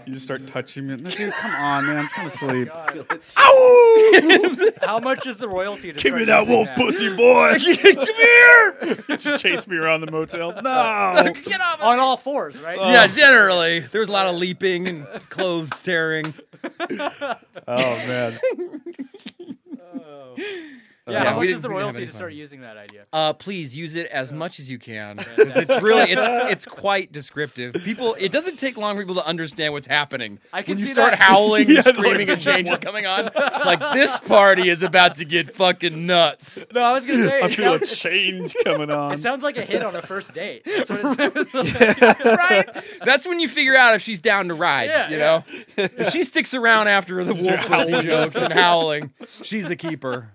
you just start touching me. No, dude, come on, man, I'm trying to sleep. How much is the royalty to Give start me that using wolf pussy, boy. Come here. Just chase me around the motel. No. on all fours, right? Yeah, generally there was a lot of leaping and clothes tearing. Oh man. yeah. we How much didn't- is the we didn't have royalty any to fun. start using that idea? Uh, please use it as much as you can. 'Cause It's really it's it's quite descriptive. People, it doesn't take long for people to understand what's happening. I can when you see start that. howling, and screaming, and changes coming on. Like this party is about to get fucking nuts. No, I was gonna say I it feel a sounds, change coming on. it sounds like a hit on a first date. That's what it sounds like. Right? That's when you figure out if she's down to ride. Yeah, you yeah. know, if she sticks around after the wolf pussy jokes and howling, she's a keeper.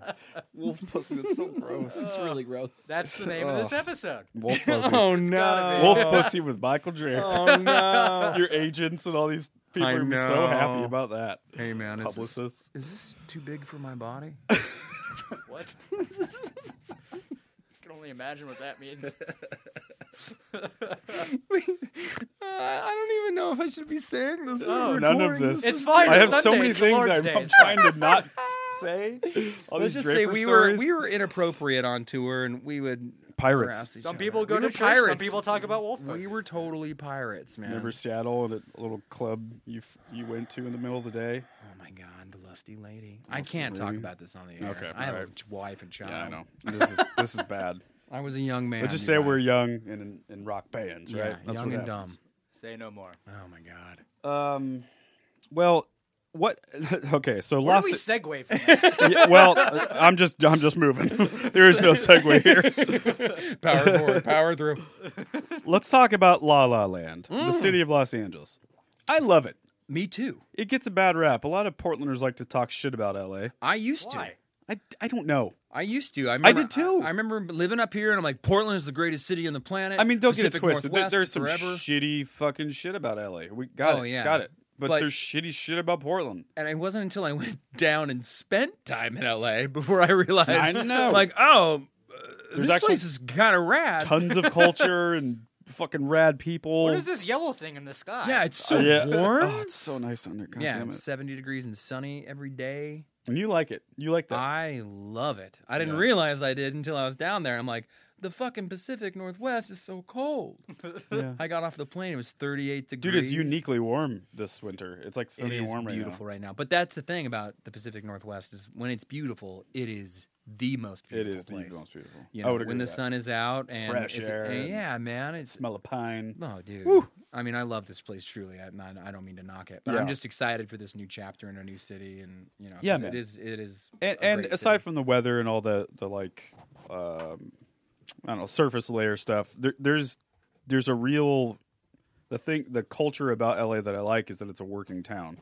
wolf pussy. That's so gross. It's really gross. That's the name of this episode. Wolf pussy. Oh no! Wolf pussy with Michael Draper. Oh no! Your agents and all these people I are gonna be so know. happy about that. Hey man, is this, Publicists. is this too big for my body? What? I can only imagine what that means. I don't even know if I should be saying this. No, Oh, None of this. It's fine, I have it's so Sunday, many it's the things Lord's I'm Day, it's trying to not say. All Let's these just say Draper we stories. were we were inappropriate on tour, and we would Pirates. each Some other. people go We to were church. Some pirates. people talk about wolf. We pussy. were totally pirates, man. Remember Seattle and a little club you f- you went to in the middle of the day? Oh my God, the lusty lady. I can't talk about this on the air. Okay, I have a alright. j- wife and child. Um, this is this is bad. I was a young man. Let's just you say we're guys. young and in, in rock bands, Yeah, right? That's young what and dumb. happens. Say no more. Oh my God. Um, well, what? Okay, so Where Los. do we segue from? that? yeah, well, uh, I'm just I'm just moving. there is no segue here. Power forward, power through. Let's talk about La La Land, Mm. the city of Los Angeles. I love it. Me too. It gets a bad rap. A lot of Portlanders like to talk shit about LA. I used to. Why? I, I don't know. I used to. I, remember, did too. I, remember living up here, and I'm like, Portland is the greatest city on the planet. I mean, don't get Pacific it twisted. There, Northwest there's some forever. shitty fucking shit about LA. We got Oh, it. yeah. Got it. But, But- there's shitty shit about Portland. and it wasn't until I went down and spent time in LA before I realized. I know. Like, oh, uh, this actually place is kind of rad. Tons of culture and fucking rad people. what is this yellow thing in the sky? yeah, it's so yeah. warm. Oh, it's so nice under. God yeah, damn it's it. 70 degrees and sunny every day. And you like it. You like that. I love it. I didn't realize I did until I was down there. I'm like, the fucking Pacific Northwest is so cold. I got off the plane. It was 38 degrees. Dude, it's uniquely warm this winter. It's like It sunny and is warm right beautiful now. right now. But that's the thing about the Pacific Northwest is when it's beautiful, it is the most It beautiful is the place. most beautiful. You I know, would agree when the with that. sun is out and Fresh it's- air and and- yeah, man, it's smell of pine. oh, dude. I mean, I love this place truly. I, not, I don't mean to knock it, but I'm Yeah. just excited for this new chapter in a new city, and you know, 'cause Yeah, it man. is. It is. And, a and great aside city. from the weather and all the the like, um, I don't know, surface layer stuff. There, there's there's a real the thing the culture about LA that I like is that it's a working town.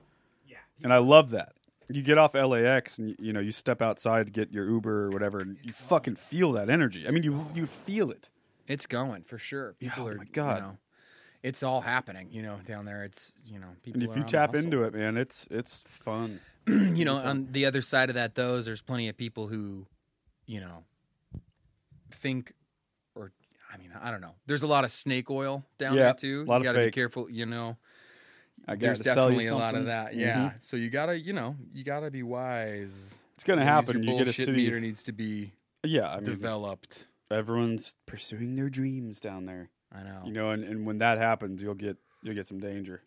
Yeah, and I love that. You get off LAX and you, you know you step outside to get your Uber or whatever, and you fucking feel that energy. I mean, you you feel it. It's going for sure. People oh are. my God. You know, it's all happening, you know, down there. It's you know, people. And if you tap into it, man, it's it's fun. you know, on the other side of that, though, is there's plenty of people who, you know, think, or I mean, I don't know. There's a lot of snake oil down Yeah, there too. lot you of gotta be fake. careful. You know, I there's gotta sell you definitely a lot of something. Mm-hmm. that. Yeah, so you gotta, you know, you gotta be wise. It's gonna Your happen. You get a bullshit city. meter needs to be yeah, I mean, developed. everyone's pursuing their dreams down there. I know. you know and, and when that happens you'll get you'll get some danger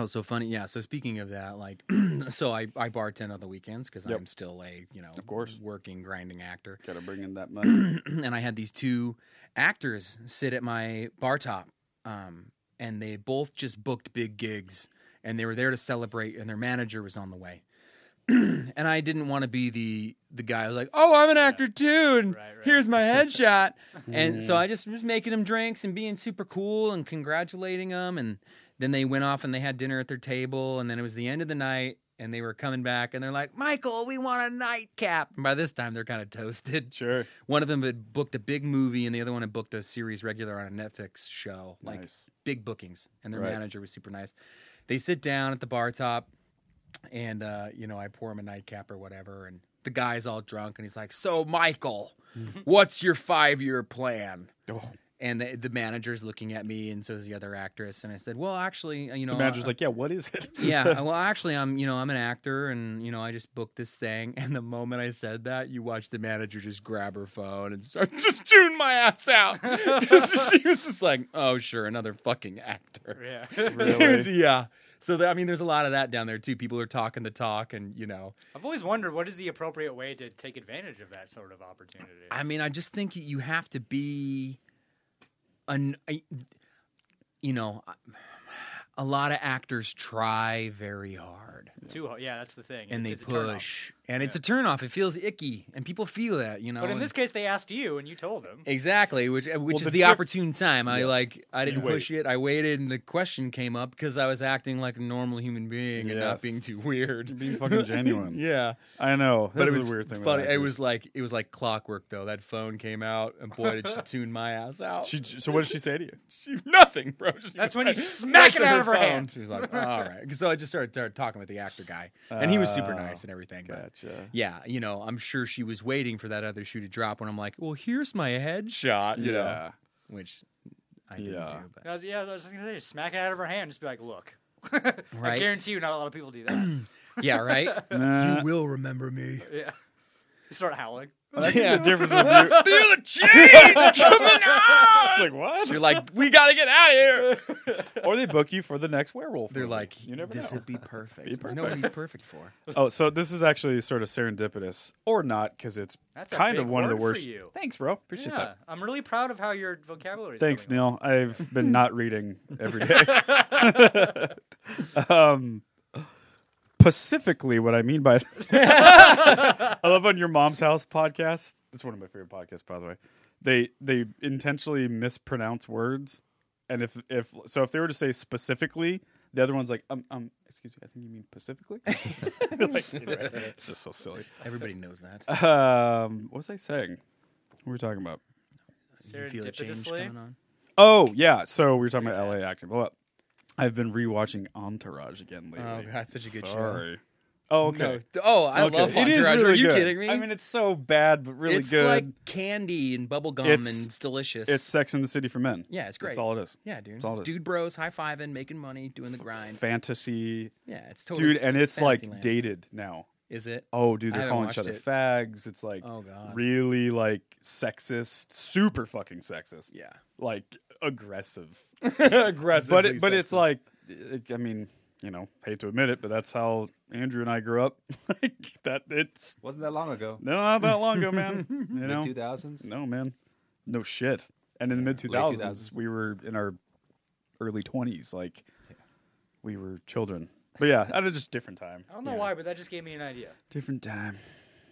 Oh, so funny. Yeah. So speaking of that, like, so I, I bartend on the weekends because Yep. I'm still a, you know, of course. working, grinding actor. gotta bring in that money and I had these two actors sit at my bar top, um, and they both just booked big gigs, and they were there to celebrate, and their manager was on the way, and I didn't want to be the the guy who's like, oh, I'm an actor too, and here's my headshot, and so I just was making them drinks and being super cool and congratulating them, and then they went off and they had dinner at their table, and then it was the end of the night. And they were coming back, and they're like, "Michael, we want a nightcap." And by this time, they're kind of toasted. sure One of them had booked a big movie, and the other one had booked a series regular on a Netflix show, like Nice. big bookings. And their Right. manager was super nice. They sit down at the bar top, and uh, you know, I pour him a nightcap or whatever, and the guy's all drunk, and he's like, "So, Michael, what's your five-year plan?" Oh. And the, the manager's looking at me, and so is the other actress. And I said, "Well, actually, uh, you know, the manager's I- like yeah what is it yeah. I- Well, actually, I'm you know I'm an actor, and you know I just booked this thing. And the moment I said that, you watch the manager just grab her phone and start just tune my ass out. 'Cause she was just like, "Oh, sure, another fucking actor." Yeah. It was- yeah. So there, I mean, there's a lot of that down there too. People are talking the talk, and you know, I've always wondered what is the appropriate way to take advantage of that sort of opportunity. I mean, I just think you have to be an I- you know, a lot of actors try very hard. Too ho- yeah, that's the thing. and they It's- it's a turnoff. push, and it's a turnoff. It feels icky, and people feel that, you know. But in and- this case, they asked you, and you told them. exactly, which uh, which is the, the diff- opportune time. I like, I didn't wait. push it. I waited, and the question came up because I was acting like a normal human being and not Yes. being too weird. being fucking genuine Yeah, i know but This it is was a weird thing with funny. It actors. was like it was like clockwork though. That phone came out, and boy, did she tune my ass out. she, j- so what did she say to you She- nothing, bro. She was That's when you like- smack it Looked at out of her phone. hand. She was like, all right. So I just started, started talking with the actor guy, and he was super Oh, nice and everything. but gotcha. yeah, you know, I'm sure she was waiting for that other shoe to drop when I'm like, well, here's my headshot, you know, which I didn't Yeah. do. I was, yeah, I was just gonna say, smack it out of her hand, just be like, "Look, I Right. guarantee you, not a lot of people do that." But yeah, right? Nah, will remember me. yeah, start howling. yeah. the difference with you. Feel the change coming on. It's like what? You're like, we gotta get out of here. or they book you for the next werewolf. They're movie. like, you never this know. would be perfect. Be You know what perfect. he's perfect for? oh, so this is actually sort of serendipitous, or not, because it's That's a kind big of one of the word for worst. you. Thanks, bro. Appreciate Yeah, that. I'm really proud of how your vocabulary. is Thanks, coming Neil. I've been not reading every day. um, specifically, what I mean by I love on your mom's house podcast. It's one of my favorite podcasts, by the way. They they intentionally mispronounce words, and if if so, if they were to say specifically, the other one's like, um, um excuse me, I think you mean specifically. Like, anyway, it's just so silly. Everybody knows that. Um, what was I saying? What were we talking about? up. You feel the change Serendipitously? coming on. Oh yeah, so we were talking about LA acting. Well, I've been rewatching Entourage again lately. Oh god, such a good Sorry. Oh okay. show. No. Oh, I Okay. love It Entourage. is Are really you good. kidding me? I mean, it's so bad but really it's good. like candy and bubble gum It's- and it's delicious. it's Sex in the City for Men. Yeah, it's great. That's all it is. yeah, dude. It's all it is. Dude bros high fiving, making money, doing the grind. Fantasy, yeah, it's totally dude, and it's like Fantasyland. dated now. Is it? Oh, dude, I they're haven't calling each watched other it. fags. It's like Oh, God. really like sexist, super fucking sexist. Yeah. like aggressive. Aggressive. but it, but it's like it- I mean, you know, hate to admit it, but that's how Andrew and I grew up. like that, it's Wasn't that long ago? no, not that long ago, man. You know, Two thousands. no, man, no shit. And in the mid two Late 2000s. thousands, we were in our early twenties, like we were children. But yeah, at a just different time. I don't know why, but that just gave me an idea. Different time.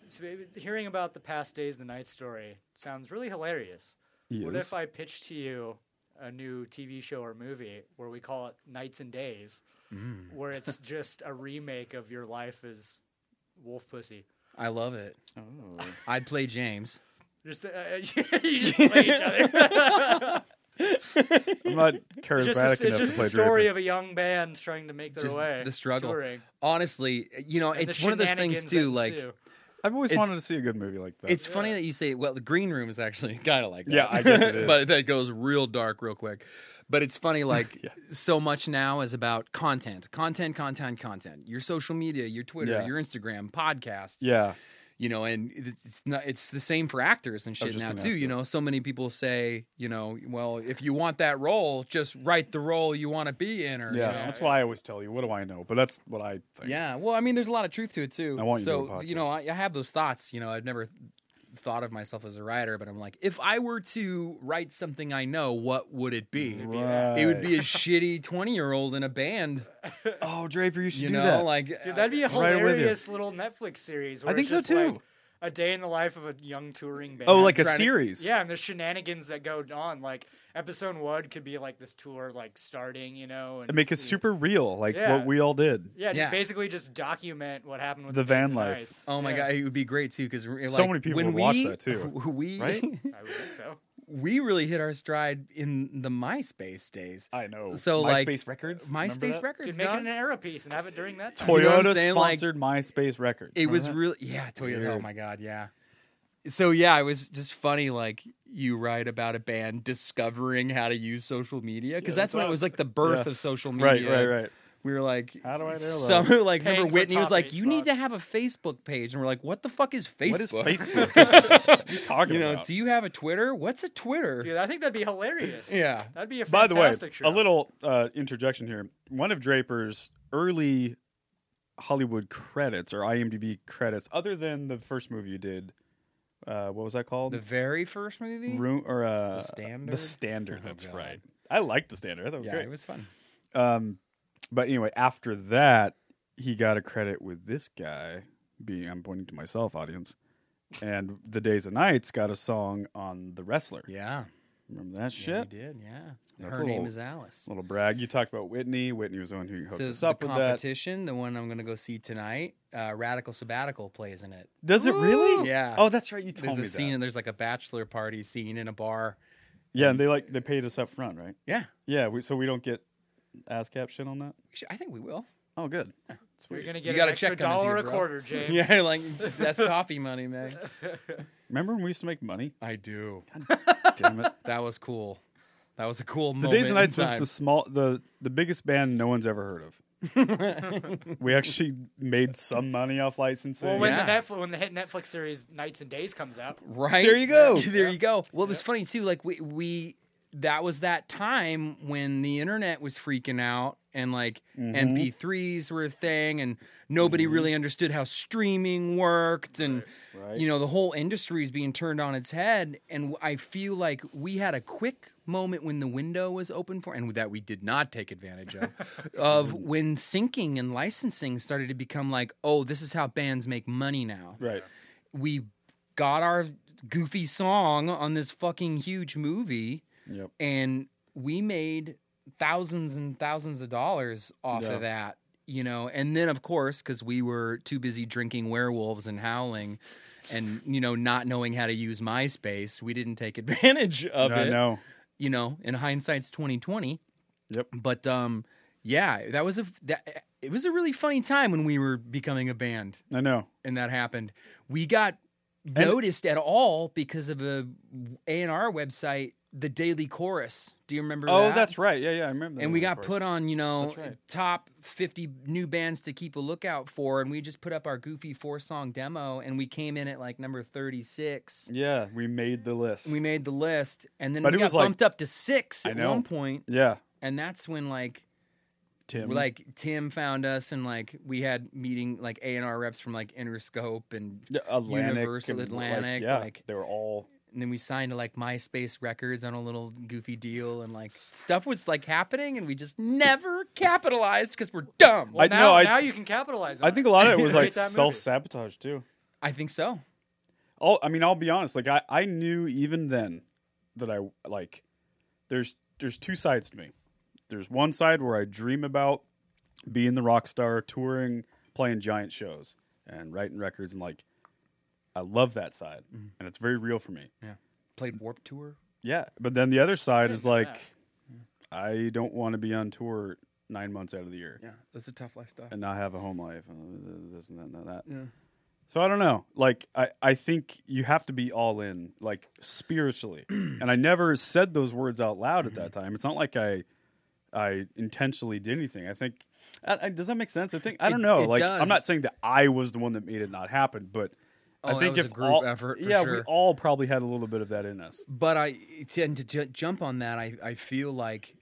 So, maybe hearing about the past days and nights story sounds really hilarious. What Yes. if I pitched to you a new TV show or movie where we call it Nights and Days, Mm. where it's just a remake of your life as Wolf Pussy? I love it. Oh. I'd play James. Just uh, you just play each other. I'm not It's charismatic just, a, enough it's just to play the story Draper. of a young band trying to make their Just way. the struggle. touring, Honestly, you know, and the it's one of those things shenanigans too. that Like, ensue. I've always it's- wanted to see a good movie like that. it's funny that you say. Well, the green room is actually kind of like that. Yeah, I guess it is. but that goes real dark real quick. But it's funny, like so much now is about content, content, content, content. Your social media, your Twitter, Yeah. your Instagram, podcasts. yeah. you know, and it- it's not, it's the same for actors and was shit just now gonna too. ask You that. know, so many people say, you know, well, if you want that role, just write the role you want to be in, or Yeah, you know? that's why I always tell you. What do I know? But that's what I think. yeah. Well, I mean, there's a lot of truth to it too. I want you to do so a you know, I, I have those thoughts. You know, I've never thought of myself as a writer, but I'm like, if I were to write something I know, what would it be? uh, It would be a shitty twenty year old in a band. Oh, Draper, you should You do know, that. like Dude, that'd be a Right with you. hilarious little Netflix series. Where I it's think so, just like too. a day in the life of a young touring band. oh, like a trying to- series. Yeah, and the shenanigans that go on. Like episode one could be like this tour like starting, you know, and and make it you- super real, like Yeah. what we all did. Yeah, just Yeah. basically just document what happened with The the, Days van and life. Nights. Oh my Yeah, god, it would be great too because like, So many people when would watch we, that, too. We I Right? would think so. we really hit our stride in the MySpace days. I know. So like MySpace records. MySpace that? records, Dude, make it dog. an era piece and have it during that time. Toyota You know what I'm saying? Like- sponsored MySpace record. it was really yeah, Toyota. Oh Uh-huh. Weird. my god, yeah. So yeah, it was just funny. Like you write about a band discovering how to use social media because that's when it was like the birth Yeah. of social right, media. right, right. We were like, How do I know Some that? like Paying remember for Whitney was top like, eight you need spots. to have a Facebook page, and we're like, what the fuck is Facebook? What is Facebook? What are you talking You know, about? do you have a Twitter? What's a Twitter? Dude, I think that'd be hilarious. Yeah. That'd be a By the way, fantastic show. a little uh, interjection here. One of Draper's early Hollywood credits or IMDb credits, other than the first movie you did, uh, what was that called? The very first movie? Room or uh, Standard? The standard. Oh, That's God. right. I liked the standard. I thought it was yeah, great. it was fun. Um, but anyway, after that, he got a credit with this guy. Being, I'm pointing to myself, audience. And the Days and Nights got a song on The Wrestler. Yeah. Remember that Yeah, shit? we did, yeah. That's Her a name little- is Alice. Little brag. You talked about Whitney. Whitney was the one who hooked So us the up with that. competition, the one I'm going to go see tonight, uh, Radical Sabbatical plays in it. Does it really? Yeah. Oh, that's right. You told There's me a that. scene, and there's like a bachelor party scene in a bar. Yeah, and they like they paid us up front, right? Yeah, Yeah. We, so we don't get ASCAP shit on that. we should- I think we will. Oh, good. You're gonna You get an gotta extra check on it, dollar dude, a bro. quarter, James. Yeah, like that's coffee money, man. Remember when we used to make money? I do. Damn it. That was cool. That was a cool The moment. Days and in Nights was time. the small, the the biggest band no one's ever heard of. we actually made some money off licensing. Well, when the Yeah. Netflix when the hit Netflix series Nights and Days comes out, right There you go. there you go well it was funny too like we we that was that time when the internet was freaking out and like mp3s were a thing and nobody really understood how streaming worked and you know the whole industry is being turned on its head and w- i feel like we had a quick moment when the window was open for and that we did not take advantage of of when syncing and licensing started to become like oh this is how bands make money now right. we got our goofy song on this fucking huge movie Yep. and we made thousands and thousands of dollars off Yeah. of that you know and then of course because we were too busy drinking werewolves and howling and you know not knowing how to use myspace we didn't take advantage of I it know. you know in hindsight's 2020 Yep. but um yeah that was a that it was a really funny time when we were becoming a band I know. and that happened. We got noticed at all because of a A and R website, the Daily Chorus. Do you remember? Oh, that? that's right. Yeah, yeah, I remember. that. And we got Of course. put on, you know, That's right. top fifty new bands to keep a lookout for, and we just put up our goofy four song demo, and we came in at like number thirty six. Yeah, we made the list. We made the list, and then But we it got was like- bumped up to six I at know. one point, Yeah, and that's when like Tim. like Tim found us, and like we had meeting like A and R reps from like Interscope and Yeah, Atlantic, Universal and, Atlantic, Like, yeah, like- they were all. and then we signed to like MySpace Records on a little goofy deal, and like stuff was like happening, and we just never capitalized because we're dumb. I I, know. now, I, now you can capitalize. On I think a lot of it was Create like that movie. self sabotage too. think so. All I mean, I'll be honest. Like I, I knew even then that I like. There's there's two sides to me. There's one side where I dream about being the rock star, touring, playing giant shows, and writing records, and like I love that side, and it's very real for me. Played Warp Tour. Yeah, but then the other side is know like, that. I don't want to be on tour nine months out of the year Yeah, that's a tough lifestyle. and not have a home life, and this and that and that. So I don't know. Like I, I think you have to be all in, like spiritually. and I never said those words out loud at Mm-hmm. that time. It's not like I, I intentionally did anything. I think. I, I- does that make sense? I think I don't It- know. it like does. I'm not saying that I was the one that made it not happen, but Oh, I that think was if a group all- effort, for yeah, we sure. all probably had a little bit of that in us. But I tend to ju- jump on that. I, I feel like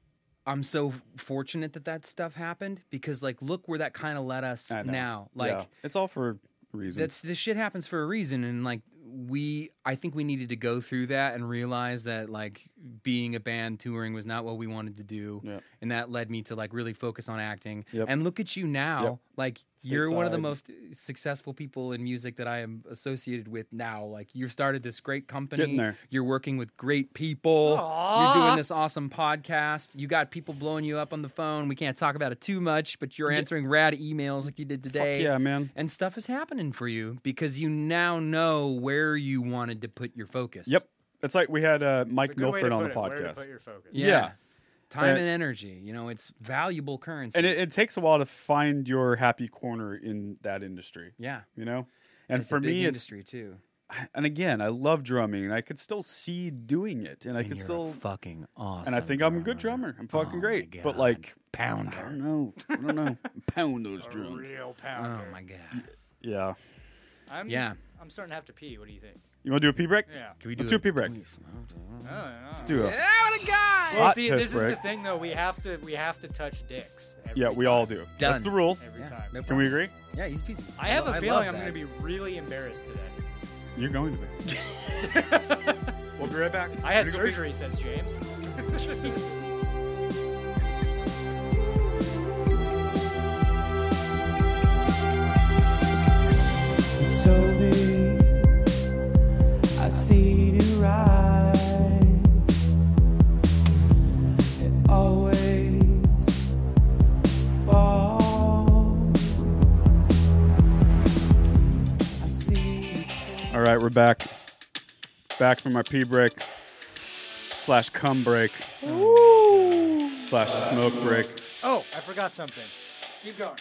I'm so fortunate that that stuff happened because like look where that kind of led us I know. now. Like Yeah. it's all for reasons. that's this shit happens for a reason and like we i think we needed to go through that and realize that like being a band touring was not what we wanted to do Yeah. and that led me to like really focus on acting Yep. and look at you now Yep. like you're one of the Stateside. most successful people in music that i am associated with now like you've started this great company Getting there. you're working with great people you're doing this awesome podcast you got people blowing you up on the phone we can't talk about it too much but you're answering rad emails like you did today yeah, man. and stuff is happening for you because you now know where you wanted to put your focus. Yep. It's like we had uh, It's a Mike good way to Milford on the put it, where to podcast. put your focus. Yeah. Yeah. Time And- and energy, you know, it's valuable currency. And it, it takes a while to find your happy corner in that industry. yeah. You know? And It's for a big me, industry too. it's. And again, I love drumming and I could still see doing it. And I could you're still. fucking awesome. Oh and I think I'm a good drummer. I'm fucking great. But like. I don't pounder. know. I don't know. Pound those drums. Real Oh pounder. my god. Yeah. I'm, Yeah. I'm starting to have to pee. What do you think? You want to do a pee break? Yeah. Can we do Let's a, do a pee break. can we smoke? Let's Let's do a. Yeah, Well, Hot see, piss this is break. the thing though. We have to we have to touch dicks. Every we time, all do. Done. That's the rule. every Yeah, time. no Can we agree? Yeah, he's busy. I have a a feeling I'm going to be really embarrassed today. You're going to be. we'll be right back. I had Pretty good. surgery, says James. slowly I see you rise. It always falls. I see you All right, we're back. Back from our pee break slash cum break slash smoke break. Oh, I forgot something. Keep going.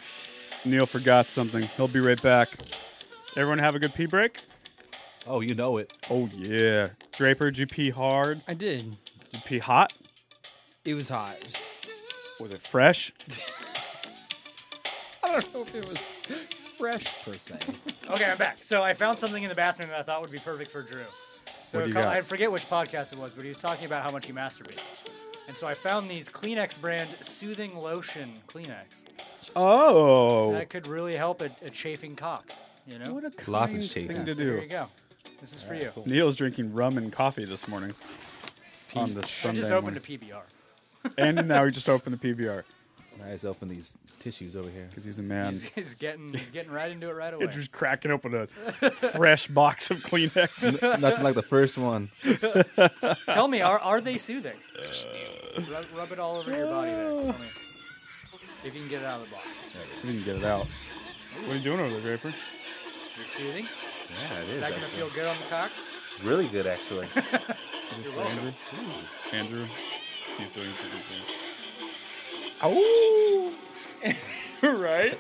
Neil forgot something. He'll be right back. Everyone have a good pee break? Oh, you know it. Oh, yeah. Draper, did you pee hard? I did. Did you pee hot? It was hot. Was it fresh? don't know if it was fresh per se. Okay, I'm back. So I found something in the bathroom that I thought would be perfect for Drew. So What do a you couple- got? I forget which podcast it was, but he was talking about how much he masturbates. And so I found these Kleenex brand soothing lotion Kleenex Oh, that could really help a, a chafing cock. You know, what a Lots of kind shaping. thing to So here do. you go. This is for you. Neil's drinking rum and coffee this morning. On the Sunday I just opened morning. a PBR. and now he just opened the PBR My eyes open these tissues over here. because he's a man. He's, he's getting he's getting right into it right away. Andrew's cracking open a fresh box of Kleenex. Nothing like the first one. Tell me, are are they soothing? rub, rub it all over your body. There. Tell me if you can get it out of the box. we didn't get it out. What are you doing over there, Draper? You're soothing. Yeah, it Is that gonna feel good on the cock? really good, actually. Just for Andrew. Andrew, he's doing pretty things. oh, right?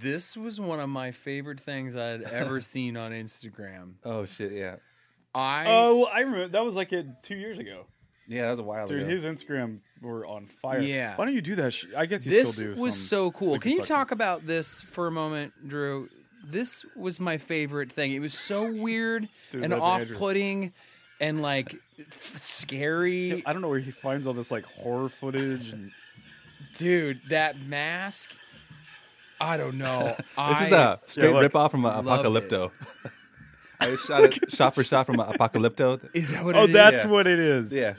This was one of my favorite things I'd ever seen on Instagram. oh shit, yeah, I Oh, I remember that was like it two years ago. yeah, that was a while Dude, ago. his Instagram were on fire. Yeah. Why don't you do that? sh- I guess you this still do. was some so cool. sleepy Can you fucking- talk about this for a moment, Drew? This was my favorite thing. It was so weird Dude, and that's Andrew. off-putting and like f- scary. I don't know where he finds all this like horror footage and Dude, that mask. I don't know. this I, is a straight look. ripoff from a Loved it. Apocalypto. I shot it shot for shot from a Apocalypto. Is that what Oh, it is? that's Yeah. what it is. Yeah,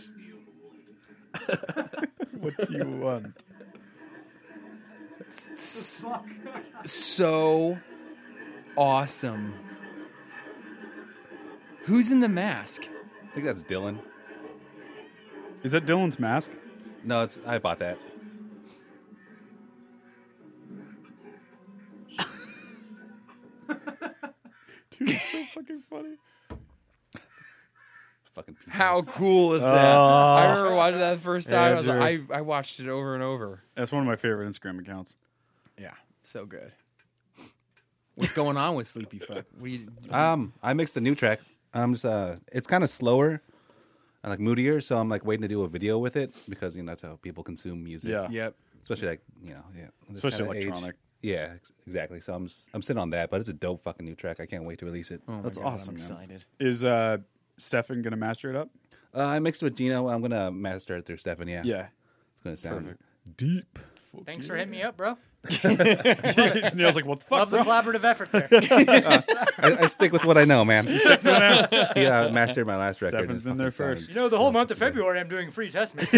What do you want? so awesome. Who's in the mask? I think that's Dylan. Is that Dylan's mask? No, it's I bought that. Dude, it's so fucking funny. Fucking people. How cool is that? I remember watching that the first time. I, was like, I, I watched it over and over. That's one of my favorite Instagram accounts. Yeah, so good. What's going on with Sleepy Fuck? We Um, I mixed a new track. I'm just uh, it's kind of slower and like moodier, so I'm like waiting to do a video with it because you know that's how people consume music. Yeah. yep. especially like you know, yeah, this Especially kinda age. electronic. Yeah, ex- exactly. So I'm s- I'm sitting on that, but it's a dope fucking new track. I can't wait to release it. Oh my That's God, awesome, I'm man. excited. Is uh Stefan gonna master it up? Uh, I mixed it with Gino. I'm gonna master it through Stefan. Yeah, it's gonna sound deep. Thanks for hitting me up, bro. Neil's like, what the fuck? Love the bro? collaborative effort there. I, I stick with what I know, man. yeah, I mastered my last record. Stefan's It been there fucking sounded- first. You know, the whole month of February, I'm doing free test meets.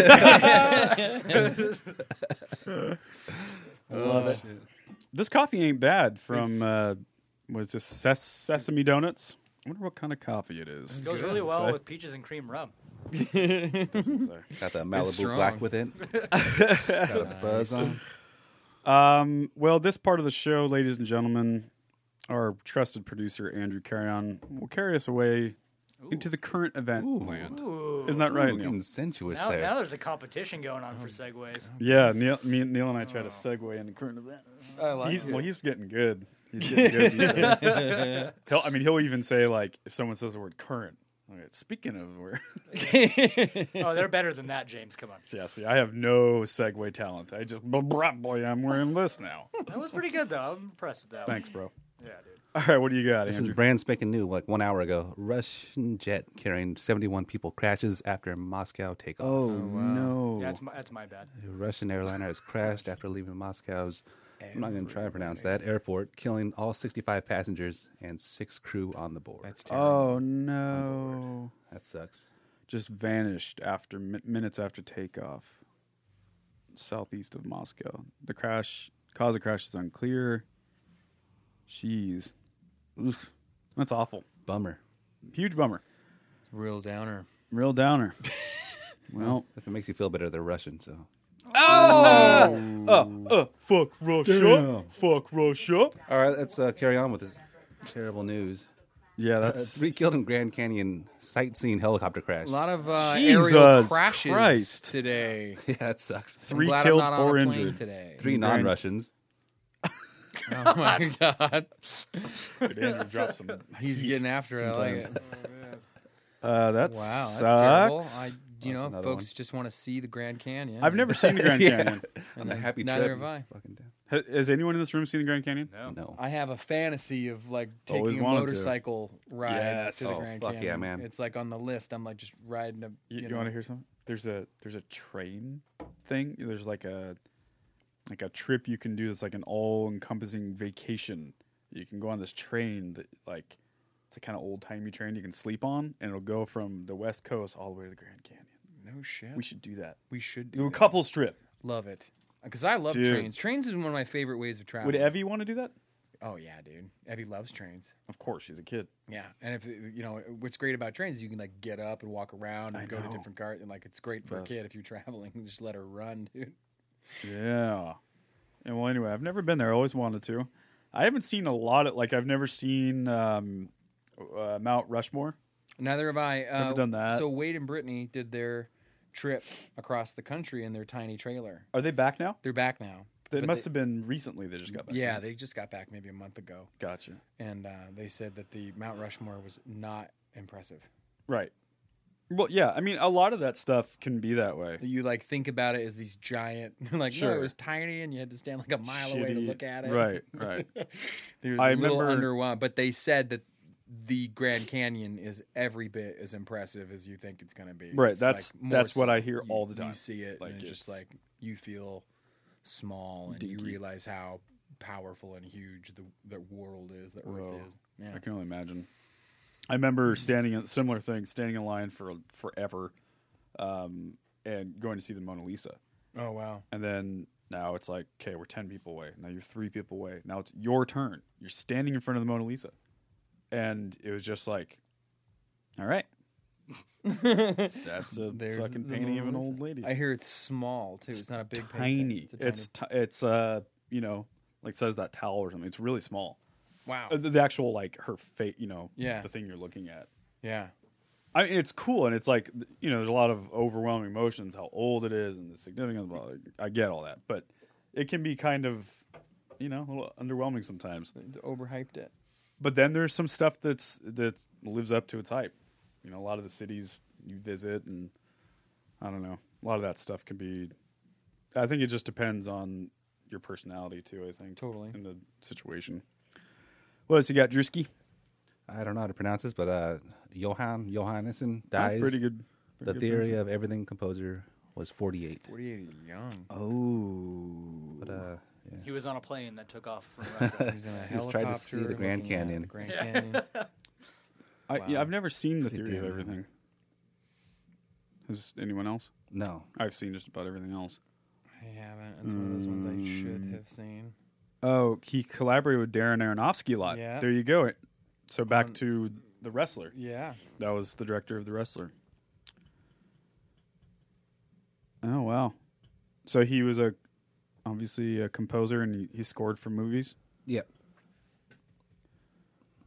This coffee ain't bad from uh what is this? Ses- sesame donuts? I wonder what kind of coffee it is. Goes really well with peaches and cream rum. Got the It's strong. Malibu black with it. Got a buzz on. Um, well, this part of the show, ladies and gentlemen, our trusted producer Andrew Carrion will carry us away into the current event land. Isn't that right, Ooh, Neil? sensuous Now, there. now there's a competition going on Oh. for segues. Yeah, Neil, me, Neil and I try to segue into current event. I like He's, it. well, he's getting good. He's getting good. these days. he'll, I mean, he'll even say like if someone says the word current. Okay, speaking of word, Oh, they're better than that, James. Come on. yeah. See, I have no segue talent. I just blah, blah, blah, I'm wearing this now. That was pretty good, though. I'm impressed with that. Thanks, bro. One. Yeah, dude. All right, what do you got, This Andrew? is brand spanking new, like one hour ago. Russian jet carrying 71 people crashes after Moscow takeoff. Oh, no. Yeah, that's my, that's my bad. A Russian airliner has crashed after leaving Moscow's, I'm not going to try to pronounce that, airport, killing all 65 passengers and six crew on the board. That's terrible. Oh no. that sucks. just vanished after mi- minutes after takeoff southeast of moscow the crash cause of crash is unclear jeez Oof. that's awful Bummer. huge bummer Real downer. real downer well If it makes you feel better, they're Russian, so. fuck russia fuck russia All right, let's uh, carry on with this terrible news. yeah Uh, that's three killed in Grand Canyon sightseeing helicopter crash. A lot of uh, aerial Jesus crashes Christ. today. yeah, that sucks. Three I'm glad killed, I'm not four on a plane injured. today. Three non Russians. Oh my god, Andrew dropped some- he's getting after it. I like it. uh that's Wow, that's sucks. terrible. I you That's know, another folks one. just want to see the Grand Canyon. I've never seen the Grand Canyon. on And the I- happy neither trip. have I. Fucking down. Ha- Has anyone in this room seen the Grand Canyon? No. No. I have a fantasy of like Always taking a wanted to. motorcycle ride Yes. to the Oh, Grand fuck yeah, Canyon. man. It's like on the list. I'm like just riding a. You, you, know, want to hear something? There's a there's a train thing. There's like a like a trip you can do. It's like an all encompassing vacation. You can go on this train that like it's a kind of old timey train you can sleep on, and it'll go from the west coast all the way to the Grand Canyon. No shit. We should do that. We should Do do a couples trip. love it because I love Dude. trains. Trains is one of my favorite ways of traveling. Would Evie want to do that? Oh yeah, dude. Evie loves trains. Of course, she's a kid. Yeah, and if you know what's great about trains is you can like get up and walk around and go to different cars and like it's great for a best. kid if you're traveling. Just let her run, dude. Yeah. And well, anyway, I've never been there. I always wanted to. I haven't seen a lot of like I've never seen um, uh, Mount Rushmore. Neither have I. Uh, done that. So Wade and Brittany did their trip across the country in their tiny trailer. Are they back now? They're back now. They but must they- have been recently. They just got back. Yeah, They, they just got back maybe a month ago, gotcha. and uh, they said that the Mount Rushmore was not impressive. Right. Well, yeah. I mean, a lot of that stuff can be that way. You like think about it as these giant, like no, Sure. it was tiny, and you had to stand like a mile away to Shitty- look at it. Right. Right. They were I a little remember- underwhelmed, but they said that the Grand Canyon is every bit as impressive as you think it's going to be. Right, It's that's- more that's what so- I hear you- all the time. You see it, Like, and it's just it's- like you feel small, and you Dinky. realize how powerful and huge the the world is, the Earth Whoa. is. Yeah. I can only imagine. I remember standing in similar thing, standing in line for forever, um, and going to see the Mona Lisa. Oh wow. And then now it's like, okay, we're 10 people away. Now you're three people away. Now it's your turn. You're standing in front of the Mona Lisa. And it was just like, all right. That's a There's fucking the painting of Mona Lisa. an old lady. I hear it's small too. It's, not a big painting. tiny. a It's ti- it's uh, you know, like says that towel or something. It's really small. wow. Uh, The, the actual like her fate, you know, Yeah. the thing you're looking at. Yeah. I mean, it's cool and it's like th- you know, there's a lot of overwhelming emotions, how old it is and the significance. Blah, blah, I get all that, but it can be kind of, you know, a little underwhelming sometimes. Overhyped it. But then there's some stuff that's that lives up to its hype. You know, a lot of the cities you visit, and I don't know, a lot of that stuff can be. I think it just depends on your personality too. I think Totally. in the situation. What else you got, Drewski? I don't know how to pronounce this, but uh, Johann Johannesson dies. That's pretty good. The theory of everything composer was 48. Forty eight and young. Oh. But, uh, yeah. He was on a plane that took off from uh, Russia. He's in a He's tried to see helicopter. the Grand looking at Canyon. the Grand Canyon. I, yeah, I've never seen the Pretty theory of damn everything. Has anyone else? No. I've seen just about everything else. I haven't. It's one of those ones I should have seen. Oh, he collaborated with Darren Aronofsky a lot. Yeah. Um, There you go. So back to the wrestler. Yeah. That was the director of The Wrestler. Oh wow! So he was a obviously a composer, and he, he scored for movies. Yep.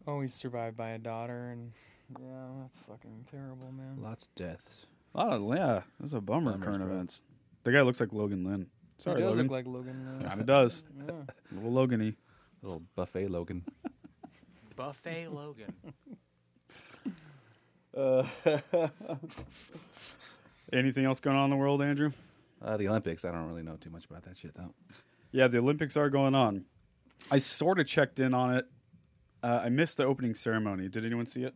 Always Oh, survived by a daughter, and yeah, that's fucking terrible, man. Lots of deaths. Oh yeah, that's a bummer. current events. The guy looks like Logan Lynn. He Sorry, does Logan. look like Logan. uh, kind of does. yeah. A little Logany. Little buffet Logan. Buffet Logan. Uh, Anything else going on in the world, Andrew? Uh, the Olympics. I don't really know too much about that shit though. Yeah, the Olympics are going on. I sort of checked in on it. Uh, I missed the opening ceremony. Did anyone see it?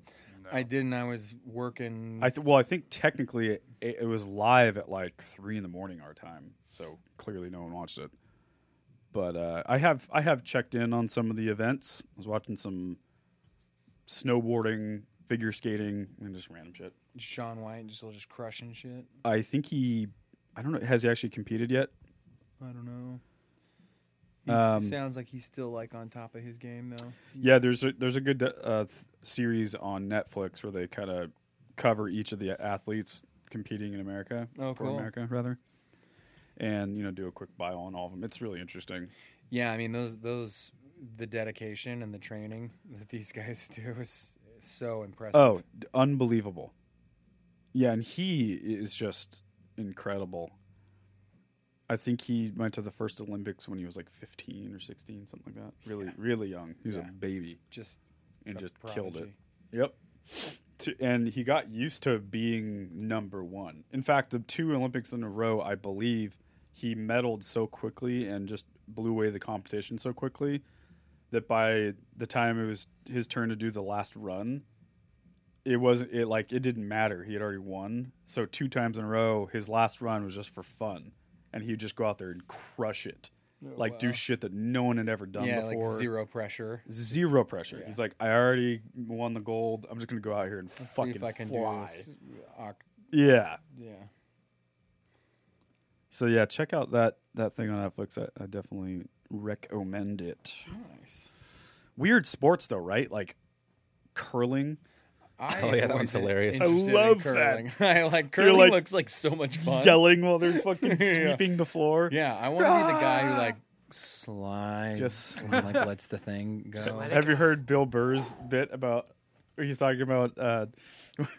I didn't. I was working. I th- well, I think technically it, it, it was live at like three in the morning our time, so clearly no one watched it. But uh, I have I have checked in on some of the events. I was watching some snowboarding, figure skating, and just random shit. Sean White just just crushing shit. I think he, I don't know, has he actually competed yet? I don't know. He s- Um, sounds like he's still like on top of his game though. Yeah, there's a, there's a good uh, th- series on Netflix where they kind of cover each of the athletes competing in America Oh, for cool. America rather, and you know do a quick bio on all of them. It's really interesting. Yeah, I mean those those the dedication and the training that these guys do is so impressive. Oh, d- unbelievable! Yeah, and he is just incredible. I think he went to the first Olympics when he was like 15 or 16, something like that. Really, really young. He was Yeah. a baby just and a just killed it. prodigy. Yep. to, and he got used to being number one. In fact, the two Olympics in a row, I believe, he medaled so quickly and just blew away the competition so quickly that by the time it was his turn to do the last run, it wasn't it like it didn't matter. He had already won. So two times in a row, his last run was just for fun, and he'd just go out there and crush it, like do shit that no one had ever done Oh, yeah, before like zero pressure. zero pressure. He's like, I already won the gold. I'm just gonna go out here and fucking See if I can fly. do this. Oc- Yeah. Yeah. So yeah, check out that that thing on Netflix. I, I definitely recommend it. Nice. Weird sports though, right? Like curling. I Oh, yeah, that one's wasn't hilarious. I interested in love that. curling. I like curling. like, looks like so much fun. Yelling while they're fucking Yeah. sweeping the floor. Yeah, I want to be the guy who like slides, Just- and, like lets the thing go. Have you heard Bill Burr's bit about? He's talking about uh,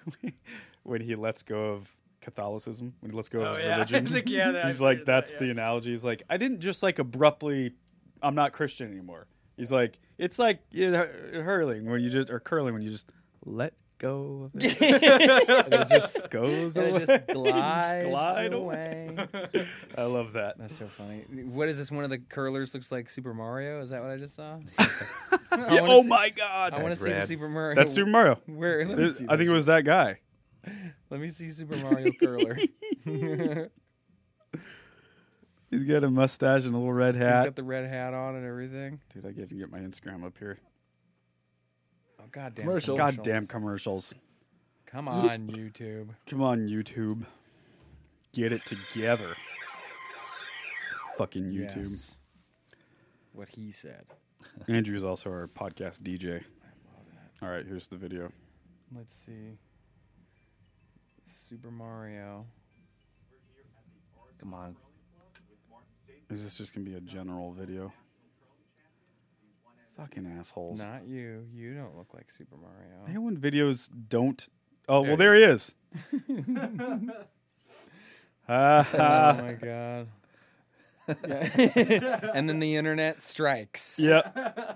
when he lets go of Catholicism, when he lets go of Oh, his yeah. I religion. think, yeah, that- he's I like, figured that, that's yeah. the analogy. He's like, I didn't just like abruptly, I'm not Christian anymore. He's like, it's like you know, hurling when you just or curling when you just let go of it, and it just goes And away. it just glides glide away. I love that. That's so funny. What is this? One of the curlers looks like Super Mario. Is that what I just saw? Yeah, wanna oh see- my god, I want to That's see the rad. Super Mario. that's Super Mario. Where? Let me It- see I think that. it was that guy. Let me see Super Mario curler. He's He's got a mustache and a little red hat. got the red hat on and everything. Dude, I get to get my Instagram up here. Oh goddamn! Commercial. commercials. Goddamn commercials. Come on, YouTube. Come on, YouTube. Get it together. Fucking YouTube. Yes. What he said. Andrew is also our podcast DJ. All right, here's the video. Let's see. Super Mario. Come on. Is this just going to be a general video? Fucking assholes. Not you. You don't look like Super Mario. Hey, when videos don't. Oh, well, there he is. Ah, oh my god. Yeah. and then the internet strikes. yeah.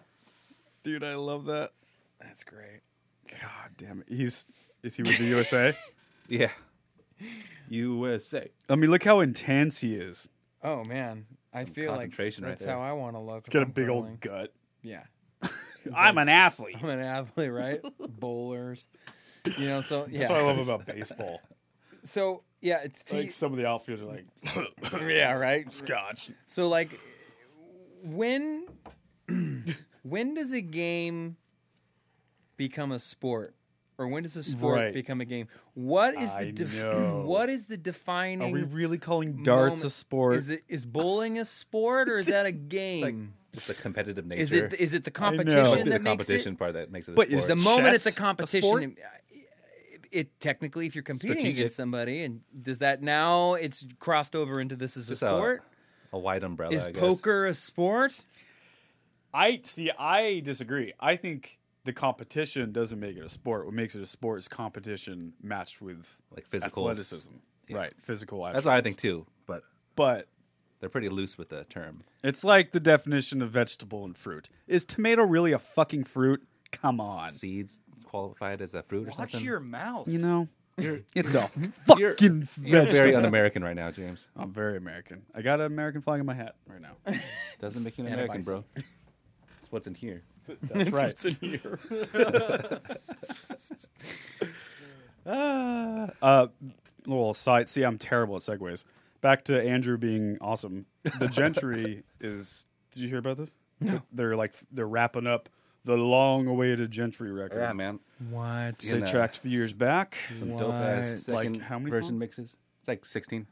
Dude, I love that. That's great. God damn it. He's. Is he with the USA? Yeah. USA. I mean, look how intense he is. Oh man. I feel like concentration right that's there. how I want to look. He's got a big old gut. Yeah. I'm an athlete. I'm an athlete, right? Bowlers. You know, so yeah. That's what I love about baseball. So yeah, it's t- Like some of the outfielders are like yeah, right? scotch. So like when when does a game become a sport? Or when does a sport Right. become a game? What is I the know. what is the defining Are we really calling moment? darts a sport? Is it is bowling a sport or is that a game? Just the competitive nature. is it is it the competition It must be that the makes competition it? part that makes it a But is sport. The moment it's a Chess a competition, sport? it, it technically if you're competing Strategic. against somebody, and does that now it's crossed over into this is a Just a- sport? a wide umbrella, is I guess. poker a sport? I see. I disagree. I think the competition doesn't make it a sport. What makes it a sport is competition matched with Like physical- athleticism, right? Physical. That's what I think too, but But they're pretty loose with the term. it's like the definition of vegetable and fruit. Is tomato really a fucking fruit? Come on. Seeds qualified as a fruit or Watch something. your mouth. You know, it's a You're- fucking You're vegetable. very un-American right now, James. I'm very American. I got an American flag in my hat right now. Doesn't make you an And a American, bro. It's what's in here. That's right. It's in here. uh, uh, little side. See, I'm terrible at segues. Back to Andrew being awesome. The Gentry is. Did you hear about this? No. They're like they're wrapping up the long-awaited Gentry record. Yeah, man. What? They Yeah. tracked a few years back. Some dope ass Like, second how many version songs? mixes. It's like sixteen.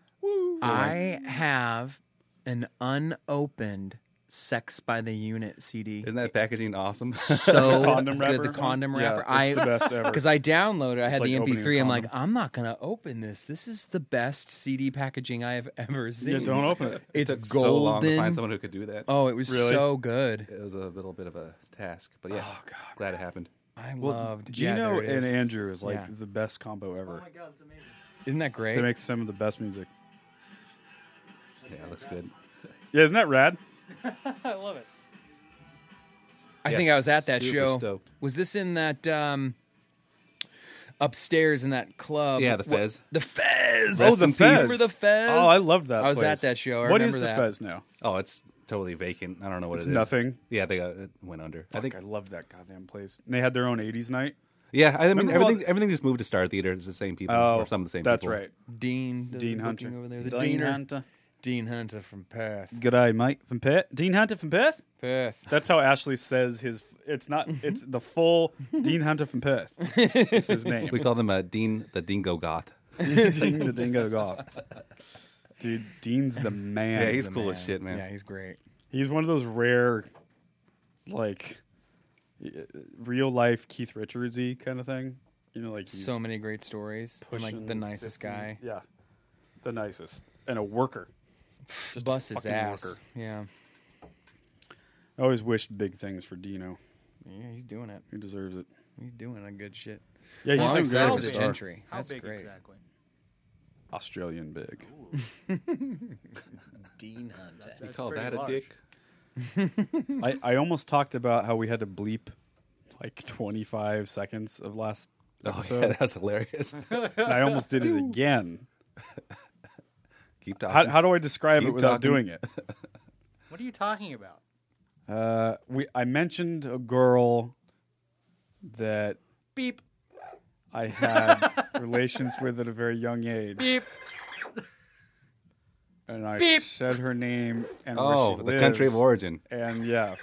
I have an unopened Sex by the Unit CD. Isn't that packaging awesome? so condom good? The wrapper? condom Yeah, wrapper. it's I the best ever. because I downloaded. I had like the opening a MP3. I'm like, condom. I'm not gonna open this. This is the best CD packaging I have ever seen. Yeah, don't open it. It's took golden. so long to find someone who could do that. Oh, it was Really? so good. It was a little bit of a task, but yeah, Oh, God. glad it happened. I loved. yeah, Gino there it and is. Andrew is like Yeah. the best combo ever. Isn't that they great? make some of the best music. Yeah, it looks good. Yeah, isn't that rad? I love it. I think Yes. I was at that Super show. stoked. Was this in that? Um, upstairs in that club. Yeah, the What- Fez. the Fez. Rest Oh, the in peace. Remember the Fez? Oh, I love that. I was place. at that show. I What is remember the that. Fez now? Oh, it's totally vacant. I don't know what It's it is. nothing. Yeah, they got it went under. I I think. think I love that goddamn place. And they had their own '80s night. Yeah, I mean Remember everything. all- Oh, Everything just moved to Star Theater. It's the same people or some of the same. That's people. right. Dean, the Dean booking Hunter. over there. The Dean Deaner. Hunter. Dean Hunter from Perth. G'day, mate from Perth. Dean Hunter from Perth. Perth. That's how Ashley says his. It's not. It's the full Dean Hunter from Perth. It's his name. We call them uh, Dean the Dingo Goth. Ding the Dingo Goth. Dude, Dean's the man. Yeah, he's the cool man. as shit, man. Yeah, he's great. He's one of those rare, like, real life Keith Richardsy kind of thing. You know, like he's So many great stories. And like pushing the nicest 50. guy. Yeah, the nicest and a worker. Bust his fucking ass. worker. Yeah. I always wished big things for Dino. Yeah, he's doing it. He deserves it. He's doing a good shit. Yeah, Well, I'm he's doing excited great for as the a star. gentry. How That's big great. exactly? Australian big. Dean Hunter. You call pretty that a large. dick? I, I almost talked about how we had to bleep like 25 seconds of last Oh episode. yeah, that's hilarious. and I almost did it again. Keep How, talking. how do I describe it Keep without talking. doing it? What are you talking about? Uh, we I mentioned a girl that Beep I had relations with at a very young age, beep. and I Beep. said her name and where oh, she the country of lives. origin. And yeah,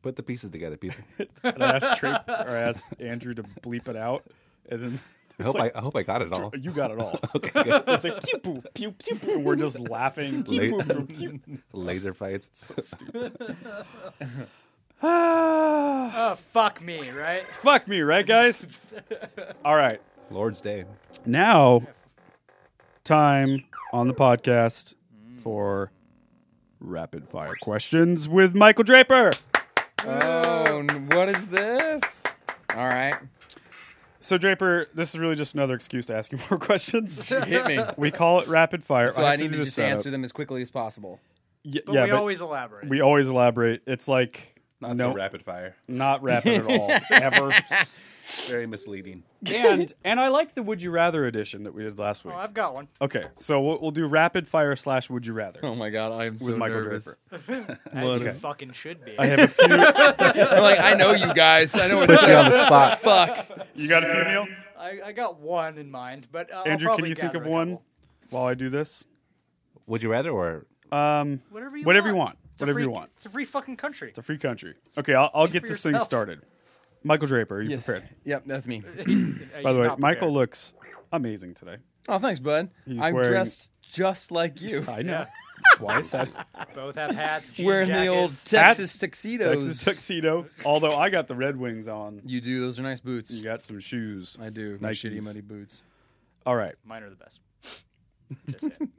Put the pieces together, people. and I asked, Tra- or I asked Andrew to bleep it out, and then I it's hope like, I, I hope I got it all. you got it all. Okay, good. It's like pew pew pew pew. pew. and We're just laughing. Pew, La- pew, pew, pew. Laser fights. Ah, Oh fuck me, right? fuck me, right, guys? All right. Lord's Day. now time on the podcast for rapid fire questions with Michael Draper. Oh, n- what is this? All right. So Draper, this is really just another excuse to ask you more questions. Hit me. we call it rapid fire. So have I, need do to the just setup. answer them as quickly as possible. Y- But yeah, we but always elaborate. we always elaborate. It's like Not no, so rapid fire. not rapid at all, ever. Very misleading. And and I like the Would You Rather edition that we did last week. oh, I've got one. Okay, so we'll, we'll do rapid fire slash Would You Rather Oh my god, I am so with Michael nervous. Draper. As you Okay. fucking should be. I have a few. I'm like, I know you guys. I know what Put you on the spot. fuck. You got a few, Neil? I, I got one in mind, but uh, Andrew, I'll can probably you think gather of a one couple. while I do this? Would you rather or Um, Whatever you Whatever want. you want. It's a Whatever you free- want. It's a free fucking country. it's a free country. Okay, I'll, I'll get for this thing yourself. started. Michael Draper, are you prepared? Yep, that's me. By the way, Michael looks amazing today. Oh, thanks, bud. I'm wearing- dressed just like you. I know. Why is that? both have hats. Jean Wearing the old jackets. Texas Hats, tuxedos. Texas tuxedo. Although I got the Red Wings on. You do. Those are nice boots. You got some shoes. I do. My shitty Nikes. muddy boots. All right. Mine are the best. Just saying.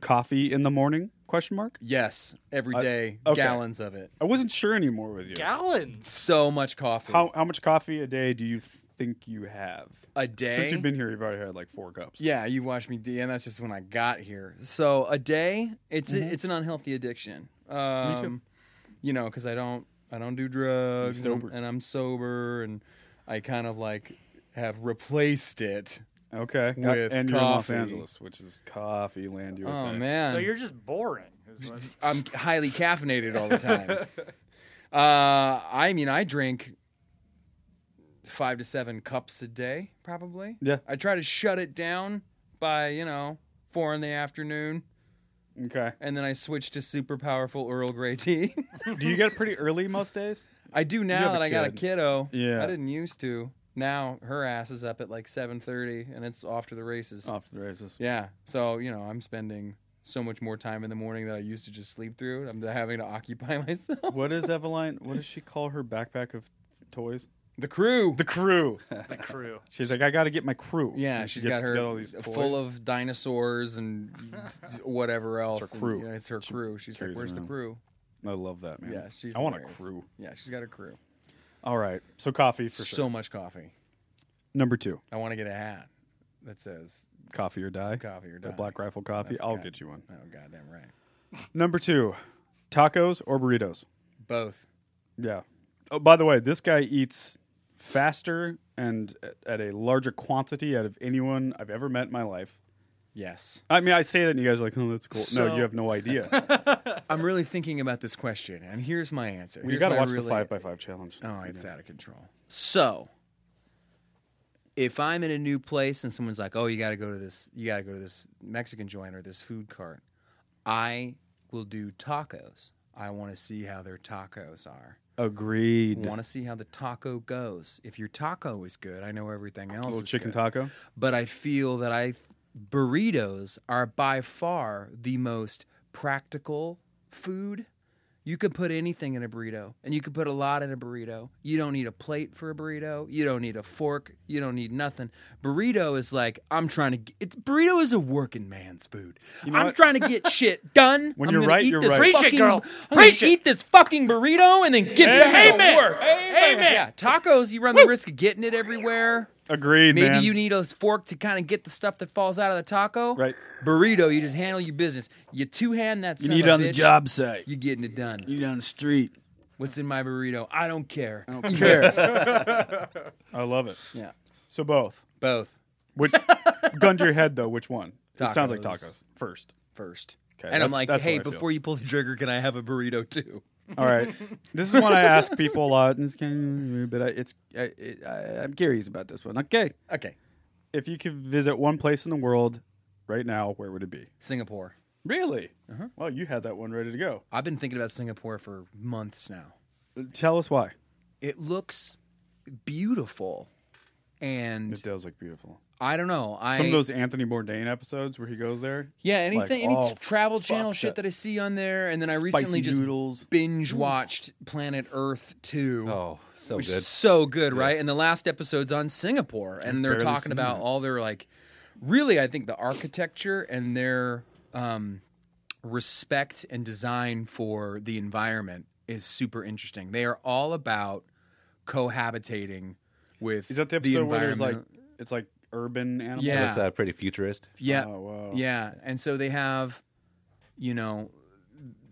Coffee in the morning? Question mark. Yes, every I- day, okay. gallons of it. I wasn't sure anymore with you. Gallons. So much coffee How how much coffee a day do you think you have? a day. Since you've been here, you've already had like four cups. Yeah, you watched me, D, and that's just when I got here. So a day, it's Mm-hmm. it's an unhealthy addiction. Um, You know, because I don't I don't do drugs, and You're I'm- sober. and I'm sober, and I kind of like have replaced it. Okay. With and you're in Los coffee. Angeles, which is coffee land USA. Oh man, So you're just boring. is what- I'm highly caffeinated all the time. uh, I mean, I drink five to seven cups a day, probably. Yeah. I try to shut it down by you know four in the afternoon, Okay. and then I switch to super powerful Earl Grey tea. Do you get it pretty early most days? I do have now a that I got a kid. kiddo. Yeah. I didn't used to. Now her ass is up at like seven thirty, and it's off to the races. Off to the races. Yeah. So you know, I'm spending so much more time in the morning that I used to just sleep through. I'm having to occupy myself. What is Eveline? What does she call her backpack of toys? The crew. The crew. the crew. She's like, I got to get my crew. Yeah, And she's gets got to her get all these full of dinosaurs and whatever else. and, crew. you know, it's her crew. She's like, carries "Where's the around. crew?" I love that man. Yeah, she's. I want a hilarious. crew. Yeah, she's got a crew. All right. So coffee for so sure. much coffee. Number two, I want to get a hat that says coffee or die. "Coffee or The Die." Black Rifle coffee. I'll okay. get you one. Oh, goddamn right. Number two, tacos or burritos. Both. Yeah. Oh, by the way, this guy eats faster and a- at a larger quantity out of anyone I've ever met in my life. Yes. I mean, I say that and you guys are like, oh, that's cool. So- no, you have no idea. I'm really thinking about this question, and here's my answer. we Here's got to my watch the really- 5 by 5 challenge. Oh, it's out of control. So, if I'm in a new place and someone's like, "Oh, you got to go to this, you got to go to this Mexican joint or this food cart," I will do tacos. I want to see how their tacos are. Agreed. Want to see how the taco goes. If your taco is good, I know everything else. little is chicken good. taco. But I feel that I burritos are by far the most practical food. You can put anything in a burrito, and you can put a lot in a burrito. You don't need a plate for a burrito. You don't need a fork. You don't need nothing. Burrito is like I'm trying to. Get, it's, burrito is a working man's food. I'm what? trying to get shit done. When I'm you're gonna right, eat you're this right. Preach it, fucking- girl. I'm gonna Preach it. Eat this fucking burrito and then get back to Amen. work. Amen. Yeah, tacos. You run the risk of getting it everywhere. Agreed, Maybe man. you need a fork to kind of get the stuff that falls out of the taco. Right. Burrito, you just handle your business. You two hand that. You need it on the job site. You getting it done. You need it on the street. What's in my burrito? I don't care. I don't care. I love it. Yeah. So both. Both Which gun to your head though? Which one? It sounds like Tacos. tacos first. first. Okay, and I'm that's- like, that's hey, what I feel. before you pull the trigger, can I have a burrito too? All right. This is one I ask people a lot. and it's kind of- But I, it's I, it, I, I'm curious about this one. Okay. Okay. if you could visit one place in the world right now, where would it be? Singapore. Really? Uh-huh. Well, you had that one ready to go. I've been thinking about Singapore for months now. Tell us why. It looks beautiful. And It does look beautiful. I don't know. I Some of those Anthony Bourdain episodes where he goes there. Yeah, anything, any oh, t- travel fuck channel shit that- that I see on there, and then I Spicy recently just noodles. binge watched Planet Earth Two. Oh, so which good. is so good, right? And the last episode's on Singapore, and they're barely talking seen about it. all their like, really, I think the architecture and their um, respect and design for the environment is super interesting. They are all about cohabitating with Is that the episode where there's like environment. it's like urban animals? Yeah. That's uh, pretty futurist. Yeah. Oh, wow. Yeah. And so they have, you know,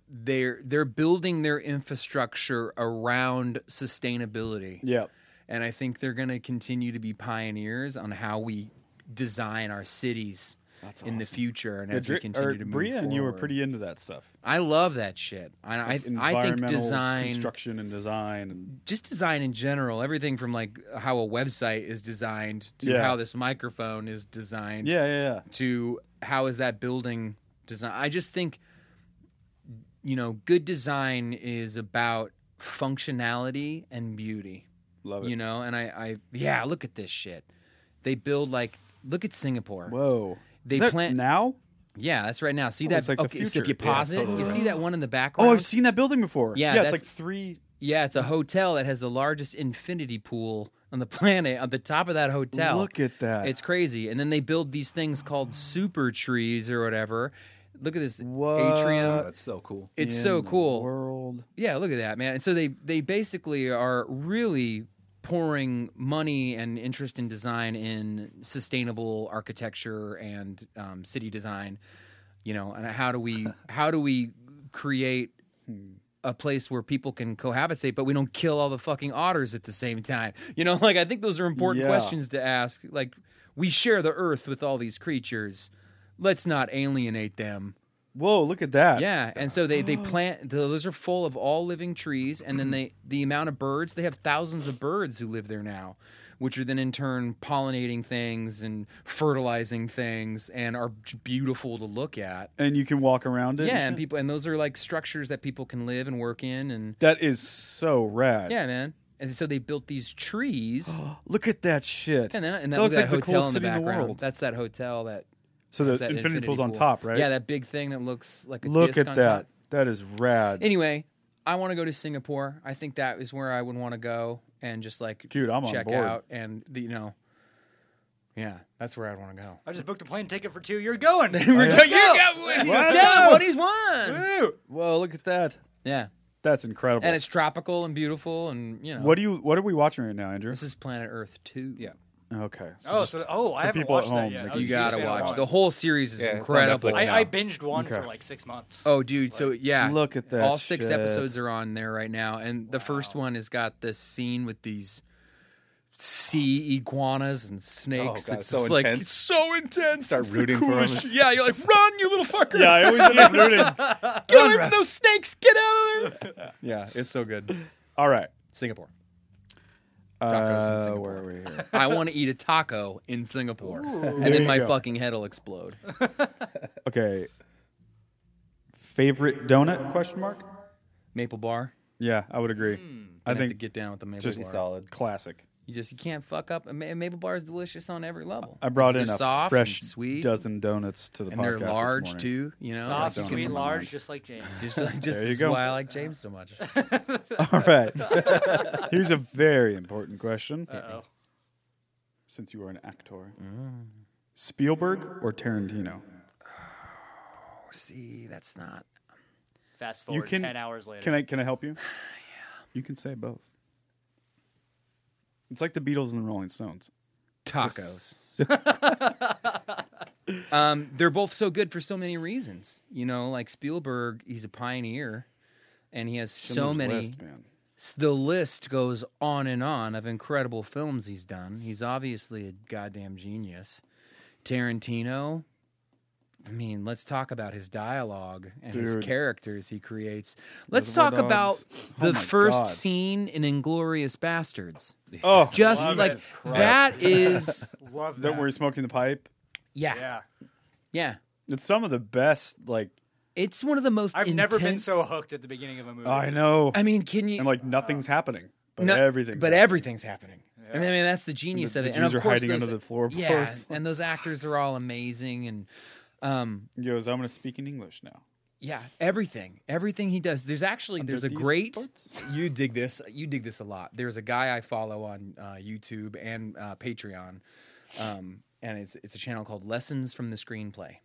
they're they're building their infrastructure around sustainability. Yeah. And I think they're going to continue to be pioneers on how we design our cities in the future and as we Dri- continue or to move Bria and you were forward. pretty into that stuff. I love that shit. I I, I think Environmental design construction and design and just design in general, everything from like how a website is designed to Yeah. how this microphone is designed yeah, yeah, yeah. to how is that building design i just think you know good design is about functionality and beauty Love it. you know and i i yeah look at this shit they build like look at singapore Whoa. They Is that plant- now? yeah that's right now see That that looks like the okay, so if future. you Yeah, pause it totally you right. see that one in the background Oh, I've seen that building before. Yeah, yeah it's that's- like three. yeah it's a hotel that has the largest infinity pool on the planet on the top of that hotel Look at that. It's crazy. And then they build these things called super trees or whatever. Look at this What? Oh, atrium. that's so cool. It's so in the cool. World. Yeah, look at that, man. And so they they basically are really pouring money and interest in design in sustainable architecture and um, city design. You know, and how do we how do we create a place where people can cohabitate, but we don't kill all the fucking otters at the same time. You know, like I think those are important Yeah. questions to ask. Like we share the earth with all these creatures. Let's not alienate them. Whoa, look at that. Yeah, and so they they plant. Those are full of all living trees, and then they the amount of birds they have thousands of birds who live there now, which are then in turn pollinating things and fertilizing things and are j- beautiful to look at. And you can walk around it. Yeah, and shit. people and those are like structures that people can live and work in, and That is so rad. yeah, man. And so they built these trees, Look at that shit. and then and that, that looks that like the hotel coolest in the city in the background. world. That's that hotel that so the that infinity, pool's on pool. top, right? Yeah, that big thing that looks like a Look disc at on that. top. That is rad. Anyway, I want to go to Singapore. I think that is where I would want to go and just like Dude, I'm on check board. out and the, you know, yeah, that's where I'd want to go. I just booked a plane ticket for two. You're going. But you got one. Tell him what he's won. Woo! Whoa, look at that. Yeah, That's incredible. and it's tropical and beautiful and you know. what do you what are we watching right now, Andrew? This is Planet Earth Two. Yeah. Okay. So Oh, so oh, I haven't people at watched that home, yet. like, I you was You gotta just- watch it. The whole series is Yeah, it's on incredible. Netflix. I- now. I, I binged one for Okay. like six months. Oh, dude! So yeah, Look at that All six shit. episodes are on there right now, and the first one has got this scene with these sea iguanas and snakes. Oh, God, it's so just like intense. it's so intense. Start It's the rooting for 'em. coolest shit. Yeah, you're like, run, you little fucker. Yeah, I always end up rooting. get away from those snakes. Get out of there. Yeah, it's so good. All right. Singapore. Tacos in Uh, Singapore. where are we here? I want to eat a taco in Singapore, and then my fucking head will explode. Okay. Favorite donut? Question mark. Maple bar. Yeah, I would agree. I I Hmm. have think to get down with the maple just bar. solid, classic. You just you can't fuck up. A ma- maple bar is delicious on every level. I brought They're in a soft fresh and sweet, dozen donuts to the and podcast. they're this large morning. too. You know, Like, Soft, you can- sweet, large, just like James. Just, like- just There you this is go. why I like James so much. All right. Here's a very important question. Uh-oh. Since you are an actor, Spielberg or Tarantino? See, that's not. Fast You forward can- ten hours later. Can I can I help you? yeah. You can say both. It's like the Beatles and the Rolling Stones. tacos. um, they're both so good for so many reasons. You know, like Spielberg, he's a pioneer, and he has so Schindler's many. List, man. s- The list goes on and on of incredible films he's done. He's obviously a goddamn genius. Tarantino. I mean, let's talk about his dialogue and his Dude. characters he creates. Let's Reservoir talk about Dogs. Oh the my first God. scene in Inglorious Bastards. Oh, Just Love like it. that is Love that. don't worry, smoking the pipe. yeah. Yeah, Yeah. It's some of the best. Like It's one of the most I've never been intense- so hooked at the beginning of a movie. I know, I mean, can you and like uh, nothing's happening, but no- everything's but happening. everything's happening. And I mean, that's the genius the of it. and of Jews are course, hiding those, under the floorboards. Yeah, and those actors are all amazing. And um, He goes, I'm going to speak in English now. yeah, everything, everything he does. There's actually there's a these great. parts? You dig this? You dig this a lot. There's a guy I follow on uh, YouTube and uh, Patreon, um, and it's it's a channel called Lessons from the Screenplay.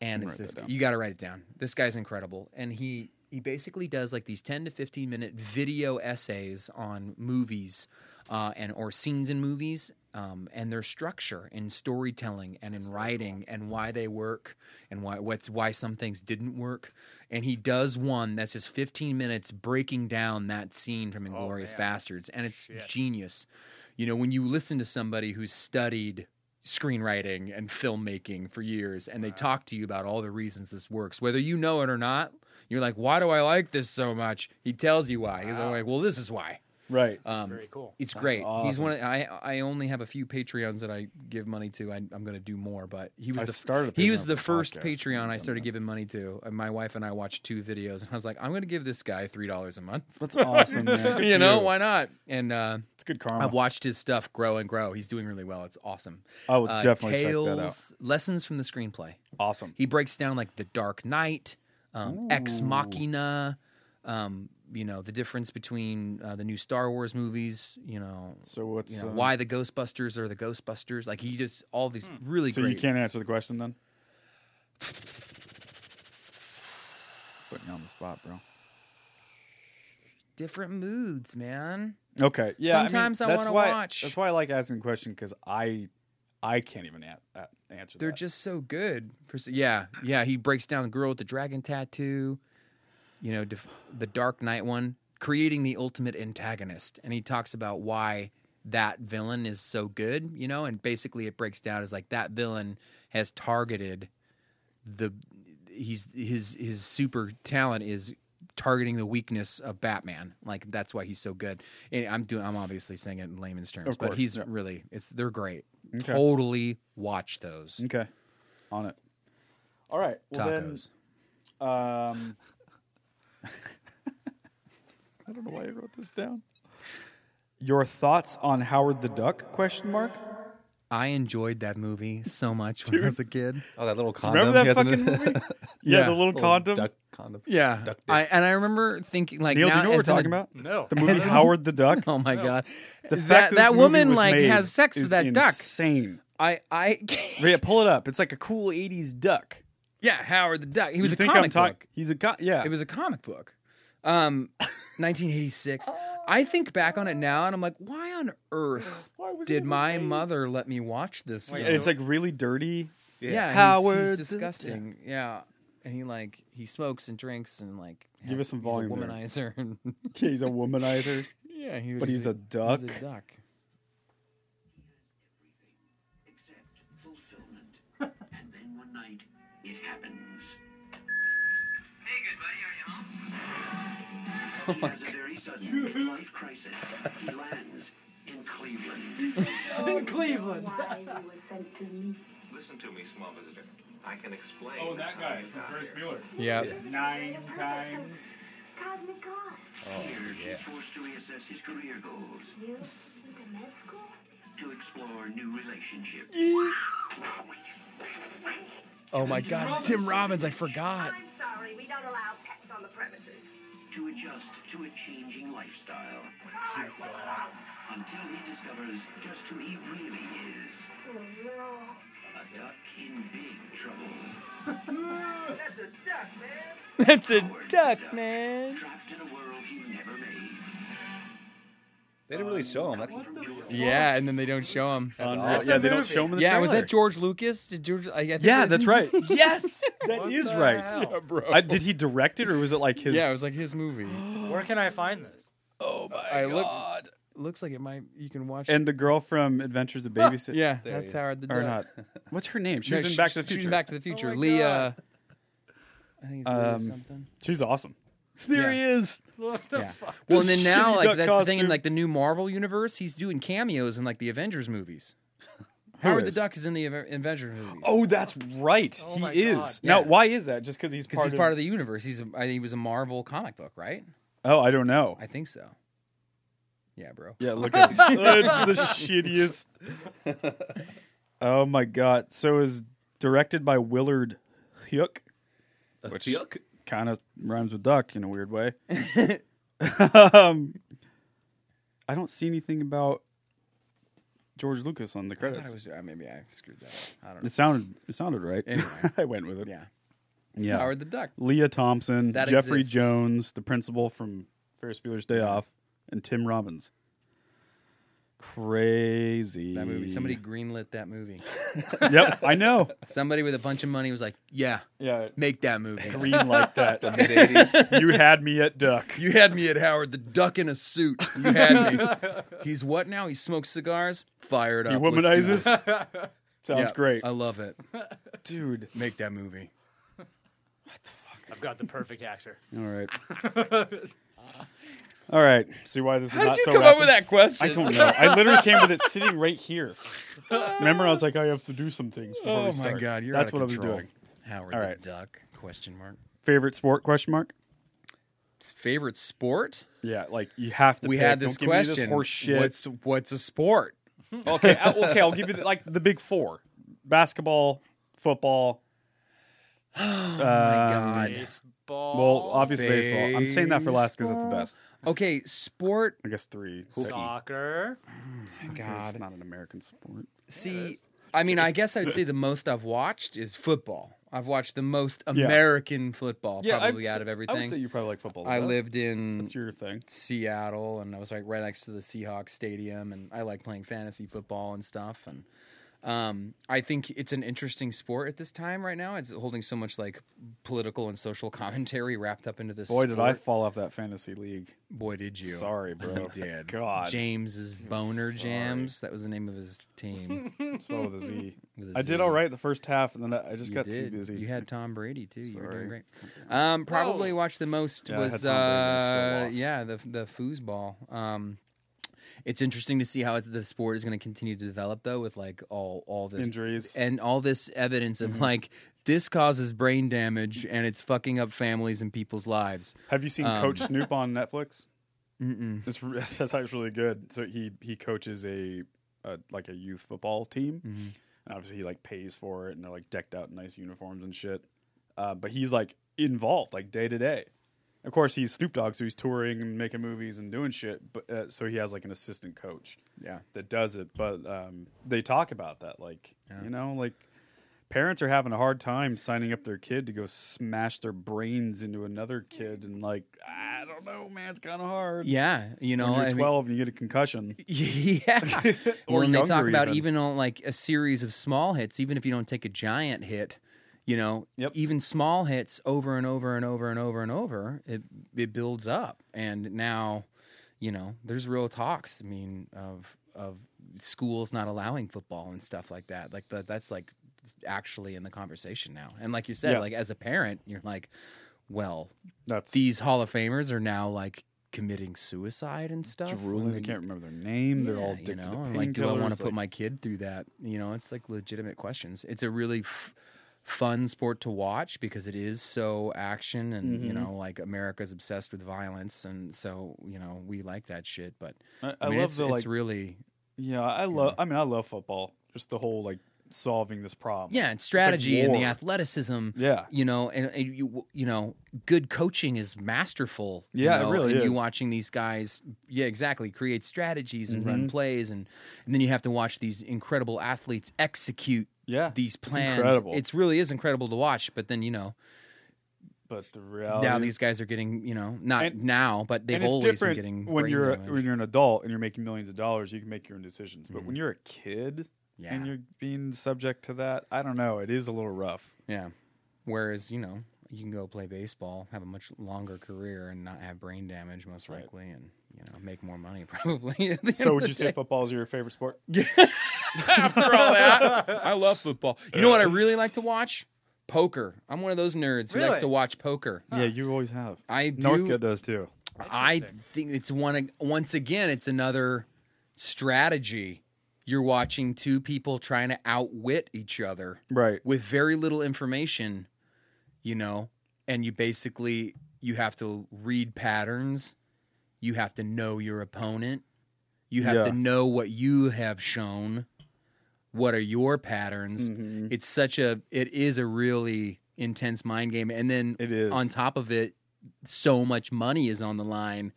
and it's this you got to write it down this guy's incredible and he he basically does like these 10 to 15 minute video essays on movies uh, and or scenes in movies um, and their structure in storytelling and in writing and why they work and why what's why some things didn't work and he does one that's just 15 minutes breaking down that scene from inglorious bastards and it's genius you know when you listen to somebody who's studied screenwriting and filmmaking for years and they talk to you about all the reasons this works whether you know it or not you're like why do i like this so much he tells you why he's like well this is why Um, Right. Uh, It's very cool. it's great he's one of, i i only have a few patreons that i give money to I, i'm going to do more but he was I the started a he was Patreon the for first podcasts. patreon i started giving money to and my wife and i watched two videos and i was like i'm going to give this guy three dollars a month That's awesome, man. you know why not and uh It's good karma. I've watched his stuff grow and grow. He's doing really well. It's awesome. Uh, I will definitely check that tales, out. Lessons from the screenplay. awesome. He breaks down like The Dark Knight, um, Ex Machina, um, you know, the difference between uh, the new Star Wars movies, you know, So what's you know uh, why the Ghostbusters are the Ghostbusters. Like he just all these really Hmm. So great. you can't answer the question then. Putting you on the spot, bro. different moods, man. Okay. Yeah. I mean, Sometimes I that's wanna why- watch. That's why I like asking questions because I, I can't even a- uh, answer. They're that. just so good. For, s- yeah, yeah. He breaks down the girl with the dragon tattoo, you know, def- the Dark Knight one, creating the ultimate antagonist. And he talks about why that villain is so good, you know, and basically it breaks down as like that villain has targeted the he's his his super talent is targeting the weakness of Batman. Like that's why he's so good. And I'm doing I'm obviously saying it in layman's terms, but course, he's yeah. really it's they're great. Okay. Totally watch those. okay. On it. All right. Well, then, tacos. Um, I don't know why I wrote this down. Your thoughts on Howard the Duck? Question mark. I enjoyed that movie so much when I was a kid. Oh, that little condom. Remember he that has in fucking it? movie? Yeah. Yeah, the little condom. Oh, Duck condom. Yeah, Duck I, and I remember thinking like, Neil, do now you know what we're as an talking ad- about? No. The movie Howard the Duck. Oh my god, that The fact that, that this movie woman was like made has sex is with that duck. Insane. I, I, Yeah, pull it up. It's like a cool '80s duck. yeah, Howard the Duck. He was You a think comic I'm talk- book. He's a co- yeah. It was a comic book. Um, 1986. I think back on it now, and I'm like, why on earth did my mother let me watch this? Wait, film? It's like really dirty. yeah, he's- Howard the- he's, disgusting. Yeah, and he like he smokes and drinks and like Give has- us some he's a volume there. womanizer. and- He's a womanizer. yeah, he But was he's a duck. He's a duck. Oh Oh, In Cleveland. Listen to me, small visitor. I can explain. Oh, that guy from First Bueller. Yeah. Nine times. Cosmic gods. Oh, yeah. Forced to reassess his career goals. You to med school? To explore new relationships. Oh my God, Tim Robbins! I forgot. I'm sorry, we don't allow pets on the premises. To adjust to a changing lifestyle. Until he discovers just who he really is. A duck in big trouble. That's a duck, man. That's a duck, man. Trapped in a world he never made. They didn't really show him. That's Yeah, and then they don't show him. uh, yeah, they don't show him in the yeah, was trailer. that George Lucas? Did George? I, I think Yeah, that- that's right. Yes. That is right. yeah, bro. I, did he direct it or was it like his? yeah, it was like his movie. Where can I find this? Oh my I look. Looks like it might. You can watch. And the girl from Adventures of Babysitter. yeah, There he that's is. Howard the Duck. Or not? What's her name? She No, was in she- Back to the she was in Future. Back to the Future. my Leah. I think it's Leah Um, something. She's awesome. Yeah. There he is. What the Yeah. fuck? Well, and then now, shitty like duck that's the thing in costume. like the new Marvel universe. He's doing cameos in like the Avengers movies. Howard the is? Duck is in the Aver- Avengers movies. Oh, that's right. Oh he my is. God. Now, Yeah. why is that? Just because he's because part he's of part of the universe. He's a, I think he was a Marvel comic book, right? Oh, I don't know. I think so. Yeah, bro. Yeah, look at That's the shittiest. Oh my god. So it was directed by Willard Hyuk. Which, yuck. Kind of rhymes with duck in a weird way. um, I don't see anything about George Lucas on the I thought credits. it It, was uh, maybe I screwed that up. I don't know. sounded it sounded right. Anyway. I went with it. Yeah, Yeah. Howard the Duck. Leah Thompson, That Jeffrey exists. Jones, the principal from Ferris Bueller's Day Off, and Tim Robbins. Crazy. That movie. Somebody greenlit that movie. yep, I know. Somebody with a bunch of money was like, "Yeah, Yeah, make that movie." green like The that. mid 80s. you had me at duck. You had me at Howard the Duck in a suit. You had me. He's what now? He smokes cigars. Fired You up. Let's do this. womanizes. Sounds Yeah, great. I love it. Dude. Make that movie. I've got the perfect actor. All right. All right. See why this is How not did you so come up rapid? with that question? I don't know. I literally came with it sitting right here. Remember, I was like, I have to do some things before Oh we my start. god, you're That's out of what I control. was doing. Howard All the right. Duck? Question mark. Favorite sport? Question mark. Favorite sport? Yeah, like you have to. we pick. had this Don't give me question. This horse shit. What's what's a sport? okay, I- okay, I'll give you the, like the big four: basketball, football. Oh my Um, God. Baseball. Well, obviously baseball. I'm saying that for last because it's the best. Okay, sport. I guess three. soccer. God, it's not an American sport. See, I mean, I guess I would say the most I've watched is football. I've watched the most Yeah. American football, probably out of I would say everything. you probably like football. the I best. lived in That's your thing. Seattle, and I was like right next to the Seahawks stadium, and I like playing fantasy football and stuff. And um, I think it's an interesting sport at this time right now. It's holding so much like political and social commentary wrapped up into this. Boy, did I sport. fall off that fantasy league. Boy, did you? Sorry, bro. You did. God. James's boner jams. That was the name of his team. Spell with a Z. With a I did Z. all right the first half, and then I I just You got did. too busy. You had Tom Brady too. You were doing Sorry. great. Um, probably watched the most Yeah, I had was Tom Brady and still uh, lost. yeah the the foosball. Um, it's interesting to see how the sport is going to continue to develop though with like all all the injuries. Mm-hmm. and all this evidence of like this causes brain damage and it's fucking up families and people's lives. Have you seen Um, Coach Snoop on Netflix? Mm-mm. It's re- that's actually really good. So he he coaches a, a like a youth football team, and obviously he like pays for it, and they're like decked out in nice uniforms and shit. Uh, but he's like involved, like day to day. Of course, he's Snoop Dogg, so he's touring and making movies and doing shit. But uh, so he has like an assistant coach, Yeah. that does it. But um, they talk about that, like you know, like parents are having a hard time signing up their kid to go smash their brains into another kid, and like I don't know, man, it's kind of hard. Yeah, you know, When I you're mean- 12 and you get a concussion. Yeah. Or when they talk younger about even. even on like a series of small hits, even if you don't take a giant hit, you know, Yep. even small hits over and over and over and over and over, it it builds up. And now, you know, there's real talks. I mean, of of schools not allowing football and stuff like that. Like that that's like actually in the conversation now. And like you said, Yeah. like as a parent, you're like, well, That's these Hall of Famers are now like committing suicide and stuff. Drooling. I can't remember their name. They're all Yeah, addicted you know, to and, like, do I want painkillers, to like- put my kid through that? You know, it's like legitimate questions. It's a really f- fun sport to watch because it is so action, and you Mhm. know, like America's obsessed with violence, and so you know, we like that shit. But I, I, mean, love it's, the it's like really Yeah, I love. I mean, I love football. Just the whole like solving this problem. Yeah, and It's like strategy and the war. athleticism. Yeah. you know, and, and you you know, good coaching is masterful. you Yeah, it know, really and You is. watching these guys, yeah, exactly, create strategies and run Mhm. plays, and and then you have to watch these incredible athletes execute. Yeah, these plans. incredible. It's really is incredible to watch. But then you know, But the reality now these guys are getting you know not Oh, And- now, but they've and it's always been different getting when brain you're a- damage. when you're an adult and you're making millions of dollars, you can make your own decisions. But when Mhm. you're a kid Yeah. and you're being subject to that, I don't know. It is a little rough. Yeah. Whereas, you know, you can go play baseball, have a much longer career, and not have brain damage, most likely, and you know, make more money probably. at the end So of would the you say day. football is your favorite sport? after all that? I love football. You know what I really like to watch? Poker. I'm one of those nerds who likes Really? to watch poker. Yeah, you always have. I do. Northcutt does too. I think it's one once again it's another strategy. You're watching two people trying to outwit each other. Right. With very little information, you know, and you basically you have to read patterns. You have to know your opponent. You have Yeah. to know what you have shown. What are your patterns? Mhm. It's such a it is a really intense mind game and then It is. on top of it so much money is on the line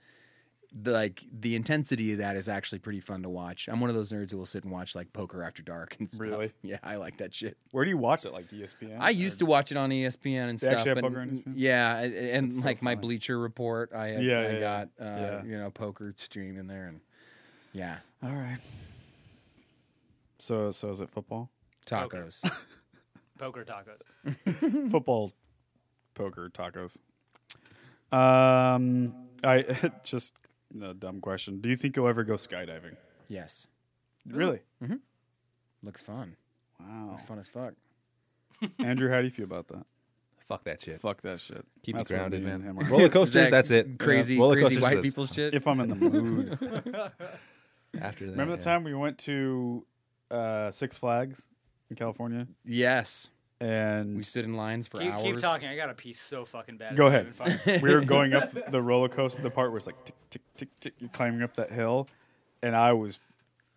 the- like the intensity of that is actually pretty fun to watch. I'm one of those nerds who will sit and watch like Poker After Dark and stuff. Really? Yeah, I like that shit. Where do you watch it? Like E ESPN? I used to watch it on E ESPN and They stuff. actually have but- poker on E ESPN? Yeah, and- and That's so like my funny. Bleacher Report, I Yeah, I yeah, yeah. got uh, Yeah. you know poker stream in there and yeah All right. So so is it football? tacos. Poker tacos. Hmm. football, poker, tacos. Um, I just a dumb question. Do you think you'll ever go skydiving? yes, Really? looks fun. Wow. Looks fun as fuck. Andrew, how do you feel about that? Fuck that shit. Fuck that shit. Keep me That's what grounded, me and man. him are- Roller coasters. That that's it. Crazy, Roller crazy coasters white is- people's shit. if I'm in the mood. After that, Remember the yeah. time we went to uh, Six Flags in California yes, and we stood in lines for Keep, hours. keep talking. I got a piece so fucking bad. Go it's not ahead. even funny. we were going up the roller coaster, the part where it's like tick, tick, tick, tick. You're climbing up that hill, and I was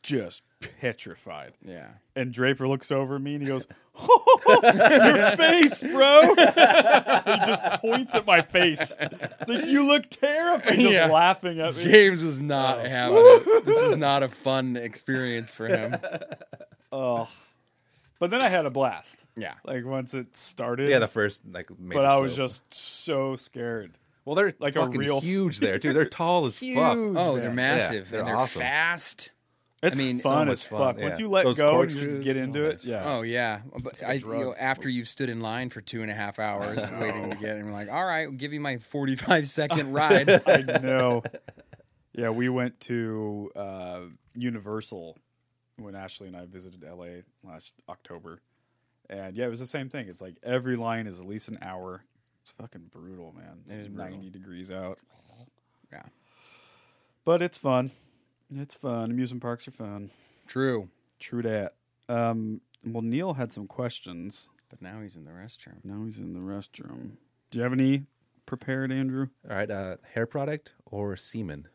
just petrified. Yeah. And Draper looks over at me and he goes, "Oh, "Your face, bro!" he just points at my face. It's like you look terrified. Just Yeah. laughing at me. James was not Oh. having it. This was not a fun experience for him. Ugh. But then I had a blast. Yeah. Like once it started. Yeah, the first like. Major but I was slope. just so scared. well, they're like like a fucking real- huge there too. They're tall as fuck. Huge. Oh, man. they're massive they're and they're awesome. fast. It's mean, so fun much as fun, fuck. yeah. Once you let Those go and you just corkscrews, get into all it, that yeah. Oh yeah, but I, you know, after you've stood in line for two and a half hours waiting to get, and you're like, all right, we'll give you my 45 second ride. I know. Yeah, we went to uh, Universal when Ashley and I visited LA last October. And yeah, it was the same thing. It's like every line is at least an hour. It's fucking brutal, man. It's It is brutal. 90 degrees out. yeah, But it's fun. It's fun. Amusement parks are fun. true. True dat. Um, well, Neil had some questions. But now he's in the restroom. Now he's in the restroom. Do you have any prepared, Andrew? All right, uh, hair product or semen?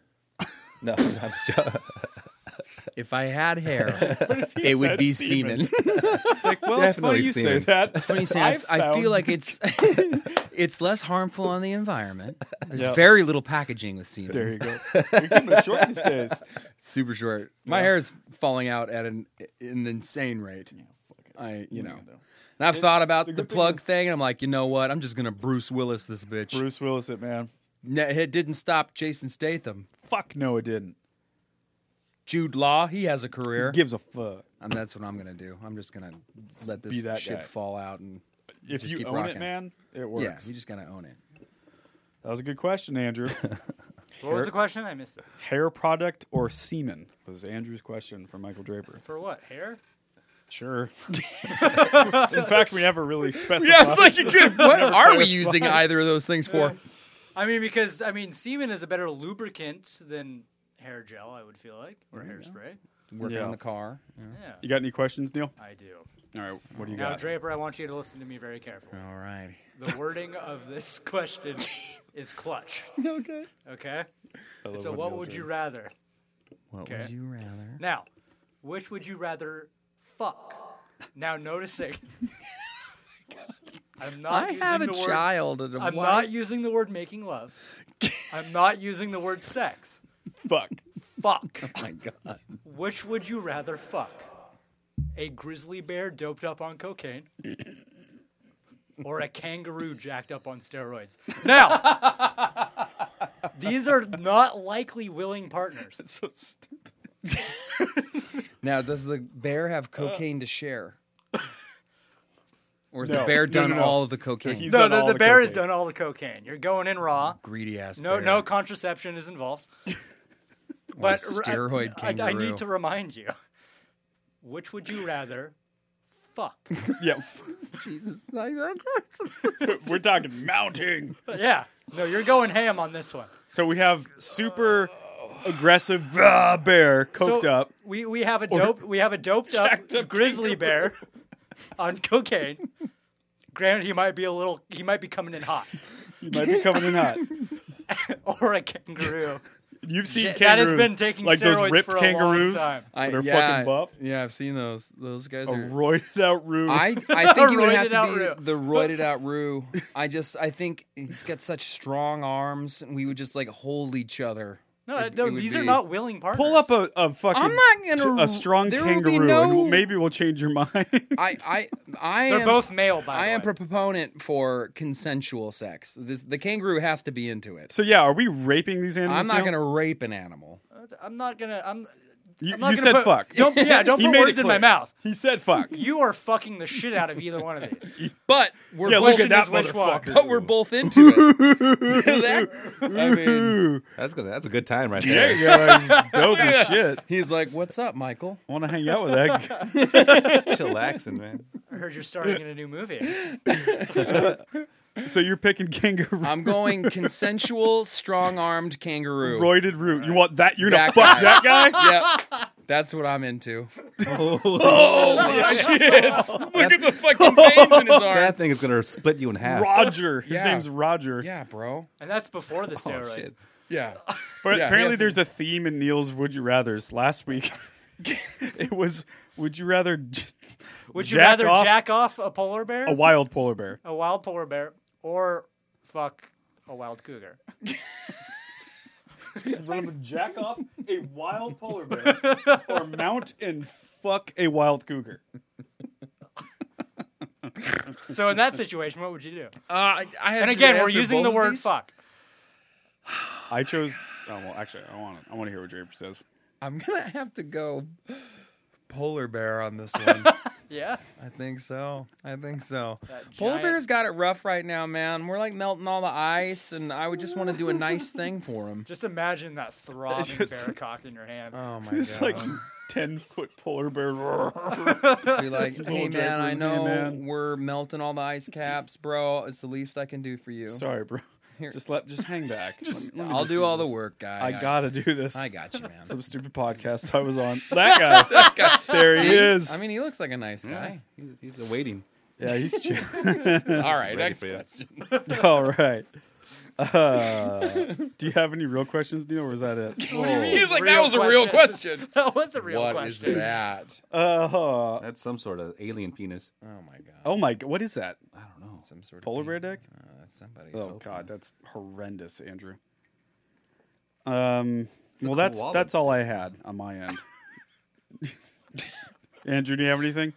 no, I'm just, If I had hair, it would be semen. It's like, well, it's funny Definitely you semen. say that. It's funny you say. I, I feel like it's it's less harmful on the environment. There's Yeah. very little packaging with semen. There you go. We keep it short these days. super short. My hair is falling out at an an insane rate. I you know. And I've thought about the, good thing plug is- thing, and I'm like, you know what? I'm just gonna Bruce Willis this bitch. Bruce Willis, it man. Ne- It didn't stop Jason Statham. Fuck no, it didn't. Jude Law, he has a career. Gives a fuck. and that's what I'm gonna do. I'm just gonna let this Be that shit guy. fall out, and If Just you keep own rocking. it, man, it yeah, works. you just gotta own it. That was a good question, Andrew. What was the question? I missed it. Hair product or semen was Andrew's question for Michael Draper. For what? Hair? Sure. In fact, we never really specified. like, what are we using either of those things for? I mean, because I mean, semen is a better lubricant than hair gel. I would feel like or hairspray. Working Yeah. on the car. Yeah. You got any questions, Neil? I do. All right, what do you Now, got? Draper, I want you to listen to me very carefully. All right. The wording of this question is clutch. Okay. Okay. love It's a when what Neil would you drinks. rather? What Okay. would you rather? Now, which would you rather fuck? Now, noticing. I'm not I using have a the word, child. And I'm why- not using the word making love. I'm not using the word sex. Fuck. Fuck. Oh my god. Which would you rather fuck? A grizzly bear doped up on cocaine or a kangaroo jacked up on steroids? Now, these are not likely willing partners. So stupid. Now, does the bear Uh. have cocaine to share? Or has the No. bear No, done no, no. all of the cocaine? He's No, done the, all the the bear has cocaine. done all the cocaine. You're going in raw. Greedy ass No, bear. no contraception is involved. but r- I- steroid I, I kangaroo. need to remind you. Which would you rather fuck? Yeah. f- Jesus. We're talking mounting. yeah. No, you're going ham on this one. So we have super aggressive rah, bear coked So, up. We we have a dope we have a doped up, Jacked up grizzly bear on cocaine. Granted, he might be a little he might be coming in hot, You might be coming in hot. or a kangaroo. You've seen J- kangaroos. that has been taking like steroids those ripped for a long kangaroos. time. I, They're yeah, fucking buff. Yeah, I've seen those. Those guys A are. roided out room. I, I think he would Roided have out to Roo. be the roided out Roo. I just I think he's got such strong arms, and we would just like hold each other. No, It- it no, would these be- are not willing partners. Pull up a, a fucking I'm not gonna t- a strong there will be kangaroo no- and maybe we'll change your mind. I I I. They're am, both male. By I the am way. a proponent for consensual sex. This, the kangaroo has to be into it. so yeah, are we raping these animals? I'm not now? going to rape an animal. I'm not gonna. I'm. You, I'm not you gonna said put- fuck. Don't. Yeah. Don't He put made it words in my clear. mouth. He said fuck. You are fucking the shit out of either one of these. But we're yeah, both, look at that is which one? motherfucker. but we're both into it. That- I mean, That's good. That's a good time right There there. you go. He's dope as shit. he's like, "What's up, Michael?" Want to hang out with that? guy. Chillaxing, man. I heard you're starting in a new movie. So you're picking kangaroo, I'm going consensual, strong-armed kangaroo. roided root. You want that? You're That gonna fuck guy. that guy? Yep, that's what I'm into. Look at the Fucking fucking veins in his arm. That thing is gonna split you in half. Roger. His Yeah. name's Roger. Yeah, bro. And that's before the Oh, steroids. shit. Yeah. But Yeah, apparently, yes, there's a theme in Neil's "Would You Rather's." Last week, it was "Would you rather j- Would you Jack rather off- jack off a polar bear, a wild polar bear?" a wild polar bear, or fuck a wild cougar? Rather jack off a wild polar bear, or mount and fuck a wild cougar. So in that situation, what would you do? Uh, I, I have And to again, we're answer using both the of word these? fuck. I chose. Oh well, actually, I want to. I want to hear what Draper says. I'm gonna have to go polar bear on this one. Yeah. I think so. I think so. That Polar giant- bears got it rough right now, man. We're like melting all the ice, and I would just want to do a nice thing for them. Just imagine that throbbing bear cock in your hand. Oh my It's god! like ten foot polar bear. be like, hey little man, I Jack know Ruby, man." we're melting all the ice caps, bro. It's the least I can do for you. Sorry, bro. Here. Just let. Just hang back. Let me- let me I'll just do all the this. work, guy. I gotta do this. I got you, man. some stupid podcast I was on. That guy. that guy. There he See? is. I mean, he looks like a nice guy. He's, he's waiting. yeah, he's chill. All right, Ready next for you. All right. Uh, do you have any real questions, Neil, or is that it? He's like, Real that was a real question. that was a real What is question. that? Uh, That's some sort of alien penis. Oh my god! oh my! What is that? I don't know. Some sort of Oh, Polar bear thing. dick? Uh, that's somebody's. Oh open. God, that's horrendous, Andrew. Um. Well, that's koala. that's all I had on my end. Andrew, do you have anything?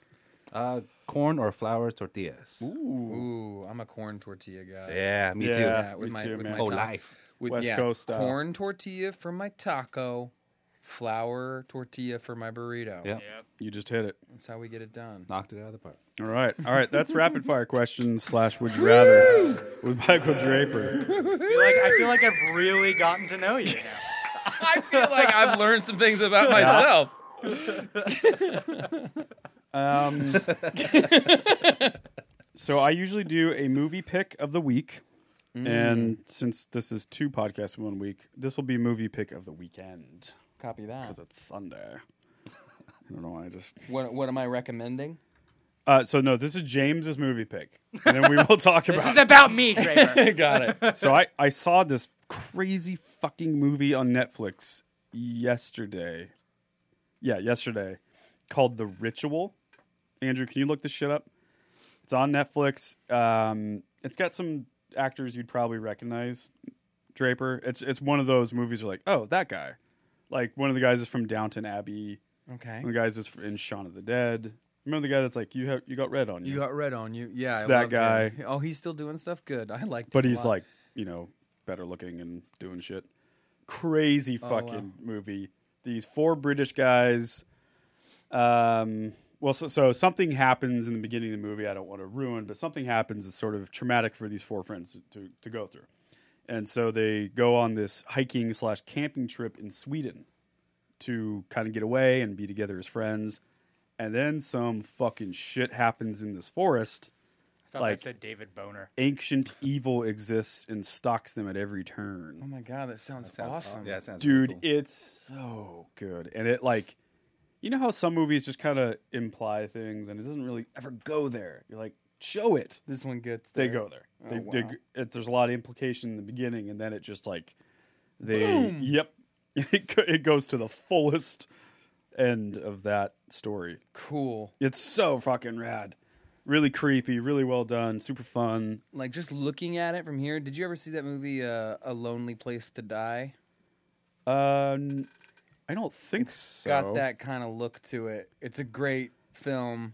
Uh, corn or flour tortillas. Ooh, I'm a corn tortilla guy. Yeah, me Yeah. Yeah, with me my too, with man. my too. Oh, ta- life. with, West yeah, Coast style. corn tortilla for my taco, flour tortilla for my burrito. Yeah. You just hit it. That's how we get it done. Knocked it out of the park. All right, all right. That's rapid fire questions slash Would you rather with Michael Draper. I feel like I feel like I've really gotten to know you now. I feel like I've learned some things about myself. Um, so I usually do a movie pick of the week. Mm. And since this is two podcasts in one week, this will be movie pick of the weekend Copy that. because it's Sunday. I don't know. why I just What what am I recommending? uh, so no. This is James's movie pick, and then we will talk about. This is it. about me, Kramer. Got it. So I, I saw this crazy fucking movie on Netflix yesterday. Yeah, yesterday, called The Ritual. Andrew, can you look this shit up? It's on Netflix. Um, it's got some actors you'd probably recognize. Draper. It's it's one of those movies where like, oh, that guy. Like one of the guys is from Downton Abbey. Okay. One of the guys is in Shaun of the Dead. Remember the guy that's like, you have you got red on you. You got red on you. Yeah. It's I that loved guy. him. Oh, he's still doing stuff good. I like but he's like you know better looking and doing shit crazy Oh, fucking movie these four british guys um well so, so something happens in the beginning of the movie i don't want to ruin but something happens that's sort of traumatic for these four friends to, to go through and so they go on this hiking slash camping trip in sweden to kind of get away and be together as friends and then some fucking shit happens in this forest I thought Like- that said David Boner. ancient evil exists and stalks them at every turn. Oh my god, that sounds, Sounds awesome. aw- Yeah, it sounds really Dude, cool. it's so good. And it like you know how some movies just kind of imply things and it doesn't really ever go there. You're like, "Show it." This one gets. They there. go there. They, Oh, they wow. g it, there's a lot of implication in the beginning and then it just like they yep. It, go- it goes to the fullest end of that story. Cool. It's so fucking rad. Really creepy, really well done, super fun. Like just looking at it from here. Did you ever see that movie, uh, A Lonely Place to Die? Um, I don't think so. Got that kind of look to it. It's a great film.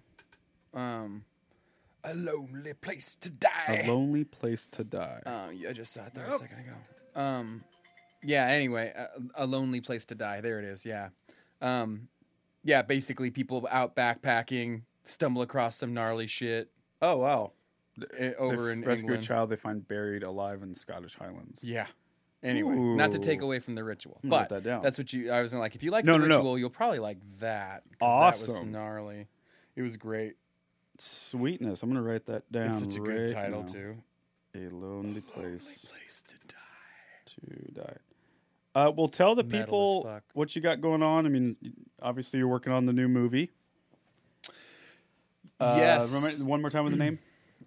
Um, A Lonely Place to Die. A lonely place to die. Um, yeah, I just saw it there a second ago. Um, yeah. Anyway, a, a lonely place to die. There it is. Yeah. Um, yeah. Basically, people out backpacking stumble across some gnarly shit oh wow! eh, over they in rescue England. a child they find buried alive in Scottish Highlands. Yeah. Anyway, not to take Ooh. away from the ritual, I'm gonna but write that down. that's what you. I was like, if you like No, the no, no. ritual, you'll probably like that. 'cause That was Awesome. gnarly. It was great. Sweetness. I'm gonna write that down. It's such a right good title now. too. A lonely place Place to die. to die. Uh, well, tell the Metal as people fuck. what you got going on. I mean, obviously you're working on the new movie. Uh, yes. remind- one more time with the name.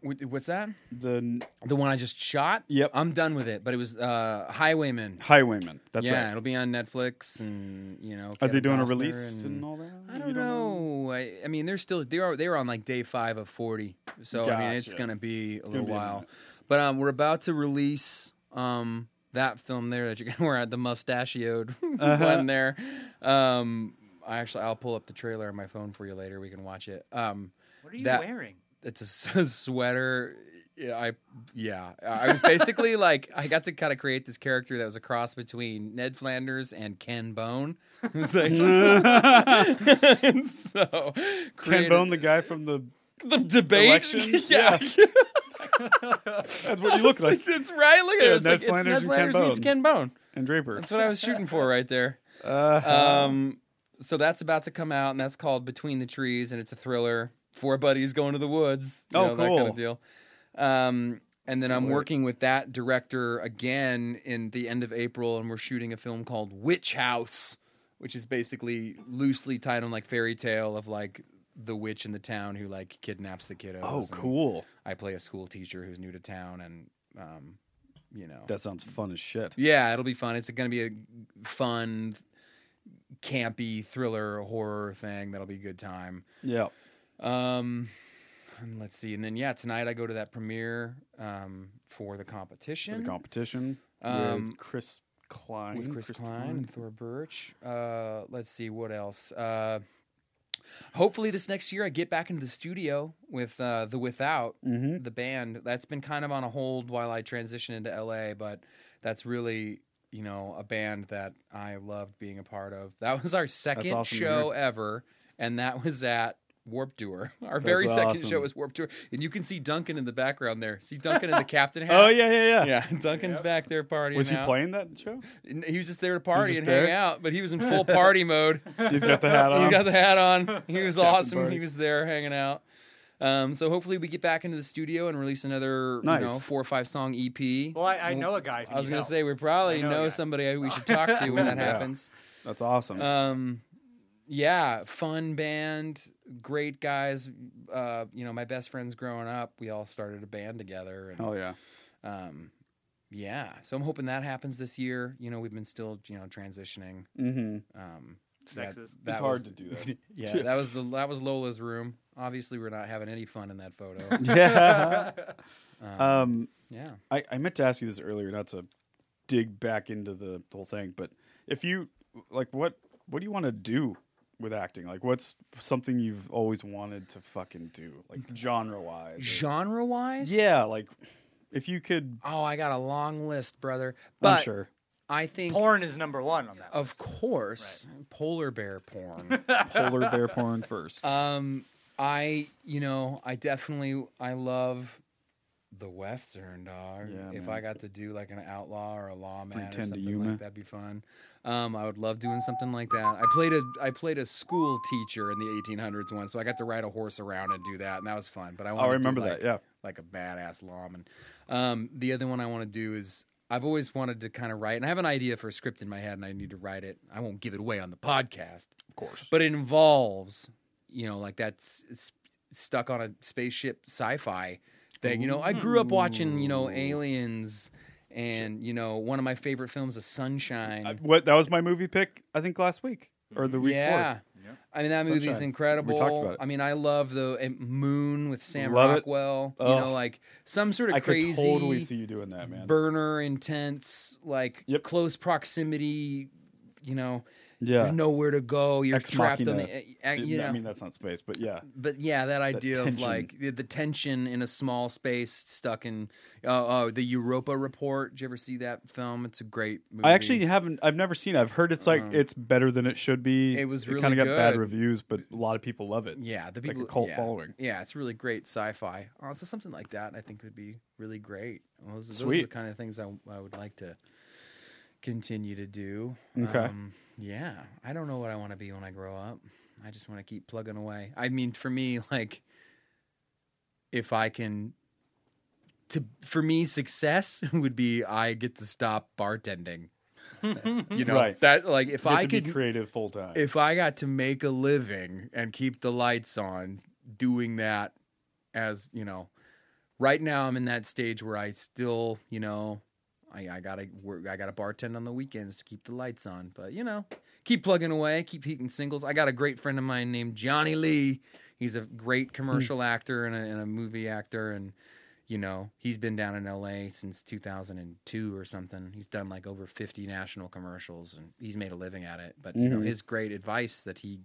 Wh- What's that? The n- The one I just shot. Yep. I'm done with it. But it was uh, Highwayman. Highwayman. That's yeah, right. it'll be on Netflix, and you know. Are they Kevin doing a Costner release and- and, all that? I You don't, know. I, I mean, they're still they are they were on like day five of forty, so I mean it's Gotcha. gonna be a little be a while. minute. but um, we're about to release um that film there that you're gonna wear the mustachioed Uh-huh. one there. Um, I actually I'll pull up the trailer on my phone for you later. We can watch it. Um, What are you That- wearing? it's a s- sweater. Yeah, I yeah, I was basically like I got to kind of create this character that was a cross between Ned Flanders and Ken Bone. It was like and so Ken created- Bone, the guy from the the debate. Elections? yeah, that's what you look like, that's right. Look at Yeah, it. It's Ned like, it's Ned Flanders and Ken Flanders meets Bone. Ken Bone. and Draper. That's what I was shooting for right there. Uh-huh. Um, so that's about to come out, and that's called Between the Trees, and it's a thriller. Four buddies going to the woods. you Oh, know, that kind cool. of deal. Um, and then I'm working with that director again in the end of April, and we're shooting a film called Witch House, which is basically loosely tied on like fairy tale of like the witch in the town who like kidnaps the kiddos. Oh, and cool. I play a school teacher who's new to town, and um, you know That sounds fun as shit. yeah, it'll be fun. It's going to be a fun, campy thriller horror thing. That'll be a good time. Yeah. Um, and let's see. And then yeah, tonight I go to that premiere um, for the competition The competition Um, with Chris Klein. with Chris, Klein, and Thor Birch. Uh, let's see what else. Uh, hopefully this next year I get back into the studio with uh, the Without Mm-hmm. the band. That's been kind of on a hold while I transition into LA, but that's really you know a band that I loved being a part of. That was our second awesome to show ever, and that was at. Warp Tour. Our That's very second awesome. show was Warp Tour. And you can see Duncan in the background there. See Duncan in the captain hat? Oh yeah, yeah, yeah. Yeah, Duncan's back there partying. Was he out. playing that show? N- He was just there to party just and there? Um, hang out, but he was in full party mode. He's got the hat on. He got the hat on. He was awesome. He was there hanging out. Um, so hopefully we get back into the studio and release another you know Nice. four or five song EP. Well, I- I know a guy if you I was need gonna help. say we probably I know, know a guy. somebody we should talk to when that Yeah. happens. That's awesome. Um, yeah, fun band, great guys. Uh, you know, my best friends growing up, we all started a band together. And, Hell yeah. Um, yeah. So I'm hoping that happens this year. You know, we've been still, you know, transitioning. Mhm. Um, It's that- Texas. that It's hard to do that. yeah, that was the that was Lola's room. Obviously, we're not having any fun in that photo. yeah. Um, Um, yeah. I, I meant to ask you this earlier, not to dig back into the whole thing, but if you like, what what do you want to do with acting? Like, what's something you've always wanted to fucking do, like Mm. genre wise? genre wise. Yeah, like if you could. Oh, I got a long list, brother. I'm But sure. I think porn is number one on that. Of course, polar bear porn. Polar bear porn first. Um, I you know I definitely I love the western dog. Yeah, if man. I got to do like an outlaw or a lawman or Pretend to something Yuma. like that'd be fun. Um, I would love doing something like that. I played a I played a school teacher in the 1800s once, so I got to ride a horse around and do that, and that was fun. But I Oh, want I remember that, yeah. like mm. a badass lawman. Um, the other one I want to do is I've always wanted to kind of write, and I have an idea for a script in my head, and I need to write it. I won't give it away on the podcast, of course, but it involves, you know, like that's it's stuck on a spaceship sci-fi thing. You know, I grew up watching, you know, Aliens, and you know, one of my favorite films is Sunshine. Uh, What that was my movie pick, I think last week or the week. yeah. before. I mean that movie's Sunshine. We incredible. talked about it. I mean I love the and Moon with Sam Love it. Rockwell. You Ugh. know, like some sort of I crazy could totally see you doing that, man. burner intense like close proximity you know Yeah. there's nowhere to go you're Ex trapped on Machina. the uh, you know I mean, that's not space, but yeah. but yeah that idea of tension. like the, the tension in a small space stuck in oh, oh the europa report did you ever see that film it's a great movie I actually haven't. I've never seen. it. I've heard it's like Um, it's better than it should be. it was kind really of got bad good. reviews, but a lot of people love it. yeah the Like a people cult yeah. following. yeah it's really great sci-fi oh, so something like that i think would be really great those, those are the Sweet. kind of things I, I would like to continue to do Um, Okay. yeah, I don't know what I want to be when I grow up. I just want to keep plugging away. I mean, for me, like, if I can, to for me, success would be I get to stop bartending. You know Right. that like if You have I to be could creative full time. If I got to make a living and keep the lights on, doing that as you know, right now I'm in that stage where I still you know. I, I gotta work. I gotta bartend on the weekends to keep the lights on. But you know, keep plugging away, keep heating singles. I got a great friend of mine named Johnny Lee. He's a great commercial actor and a, and a movie actor, and you know, he's been down in L.A. since 2002 or something. He's done like over 50 national commercials, and he's made a living at it. But you know, Mhm. his great advice that he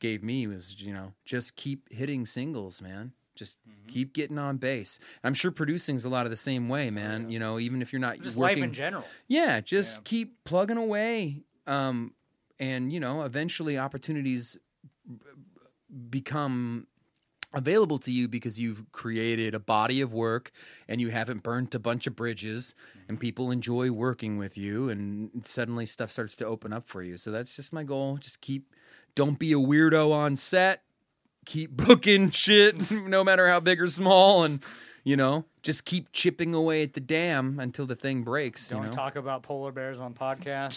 gave me was, you know, just keep hitting singles, man. Just Mm-hmm. keep getting on base. I'm sure producing's a lot of the same way, man. You know, even if you're not Oh, Just life working, in general. yeah, just keep plugging away. Um, and you know, eventually opportunities b- become available to you because you've created a body of work and you haven't burnt a bunch of bridges and people enjoy working with you and suddenly stuff starts to open up for you. So that's just my goal. Just keep don't be a weirdo on set. Keep booking shit no matter how big or small and you know, just keep chipping away at the dam until the thing breaks, Don't you know. talk about polar bears on podcasts.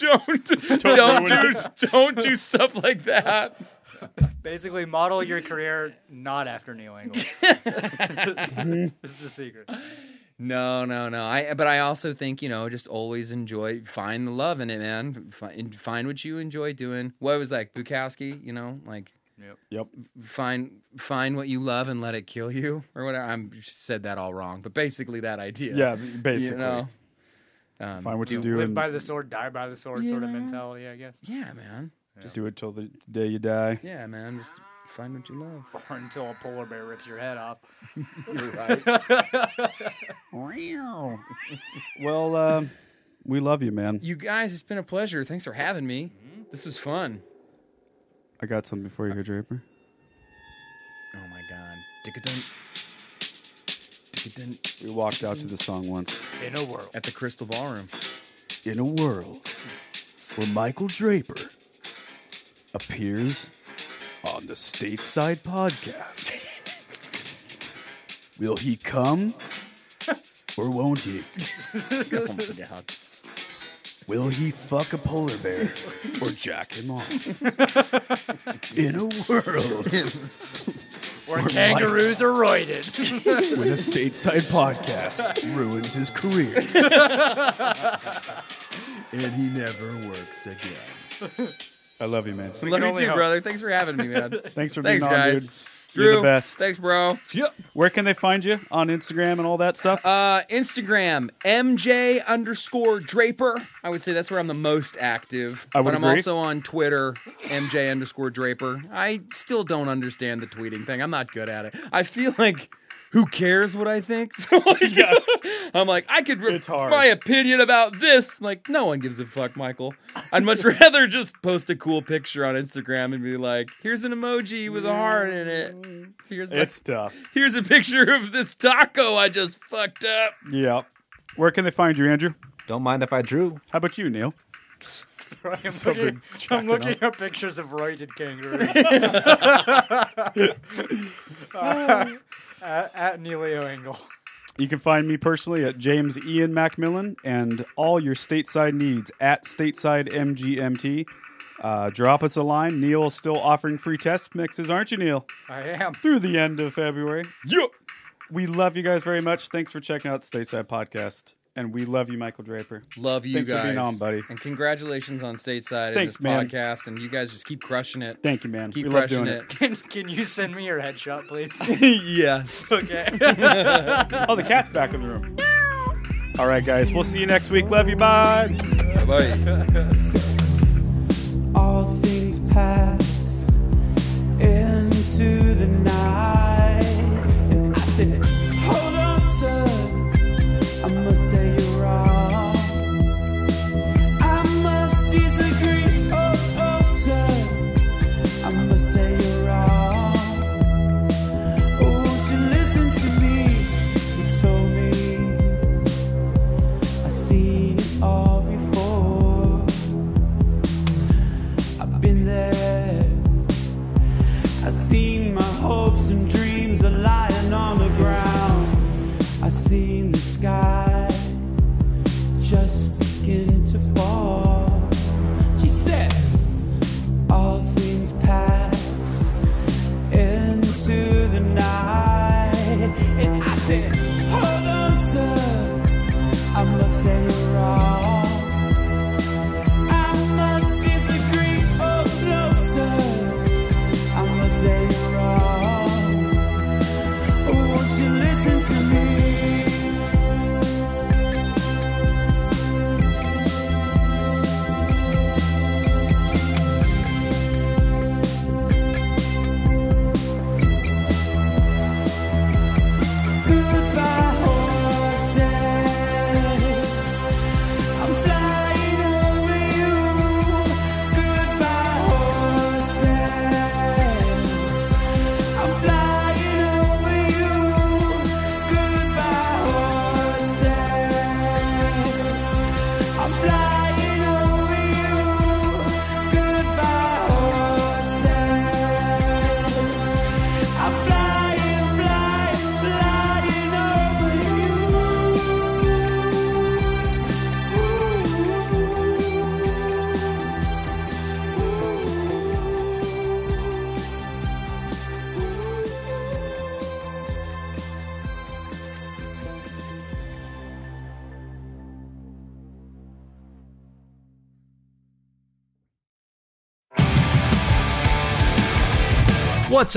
Don't don't do don't do stuff like that. Basically, model your career not after Neil Engel. this, is the secret. No, no, no. I but I also think you know just always enjoy find the love in it, man. Find, find what you enjoy doing. What was like Bukowski? You know, like Yep. Yep. Find find what you love and let it kill you or whatever. I'm said that all wrong, but basically that idea. Yeah, basically. You know? um, Find what you do- do Live and by the sword, die by the sword, sort of Yeah. mentality, I guess. Yeah, man. just do it till the day you die. Yeah, man. Just find what you love. Or until a polar bear rips your head off. You're right. well, um, we love you, man. You guys, it's been a pleasure. Thanks for having me. This was fun. I got something for you here, Draper. Oh my god. Dickadun. Dickadun. We walked out to the song once. In a world. At the Crystal Ballroom. In a world where Michael Draper appears on the Stateside Podcast, Will he come or won't he? Oh my God. Will he fuck a polar bear or jack him off? In a world Where Mike- kangaroos are roided. when a stateside podcast ruins his career and he never works again. I love you, man. Love you too, brother. Thanks for having me, man. Thanks for being thanks, on, guys. dude. Drew, You're the best. Thanks, bro. Where can they find you on Instagram and all that stuff? Uh, Instagram MJ underscore Draper. I would say that's where I'm the most active. I would but I'm agree. also on Twitter MJ underscore Draper. I still don't understand the tweeting thing. I'm not good at it. I feel like who cares what I think? So like, I'm like I could. Re- My opinion about this. I'm like no one gives a fuck, Michael. I'd much rather just post a cool picture on Instagram and be like, here's an emoji with a heart in it. Here's my- It's tough. Here's a picture of this taco I just fucked up. Yeah. Where can they find you, Andrew? Don't mind if I drew. How about you, Neil? Sorry, I'm So they're looking, I'm jacking looking off. up pictures of roided kangaroos. uh, at, at Neilio Engel. You can find me personally at James Ian Macmillan and all your stateside needs at stateside MGMT. Uh, drop us a line. Neil is still offering free test mixes, aren't you, Neil? I am. Through the end of February. Yep. We love you guys very much. Thanks for checking out the Stateside Podcast. And we love you, Michael Draper. Love you Thanks guys. for being on, buddy. And congratulations on stateside and Thanks, this man. podcast. And you guys just keep crushing it. Thank you, man. Keep We love crushing doing it. Can, can you send me your headshot, please? yes. Okay. oh, the cat's back in the room. All right, guys. We'll see you next week. Love you. Bye. Bye. all things pass into the night. And I said, Hold on, sir, I must say you're wrong. I must disagree. Oh, oh, sir, I must say you're wrong. Oh, to listen to me, you told me. I seen it all before. I've been there. I seen my hopes and dreams are lying on the ground. I seen the sky just begin to fall. She said, All things pass into the night. And I said, Hold on, sir. I must say you're wrong. I must disagree. Oh, no, sir. I must say you're wrong. Oh, won't you listen to me? Goodbye, horses. I'm flying over you. Goodbye, horses. I'm flying over you. Goodbye, horses. I'm flying over you. Goodbye, horses. I'm flying, flying, flying over What's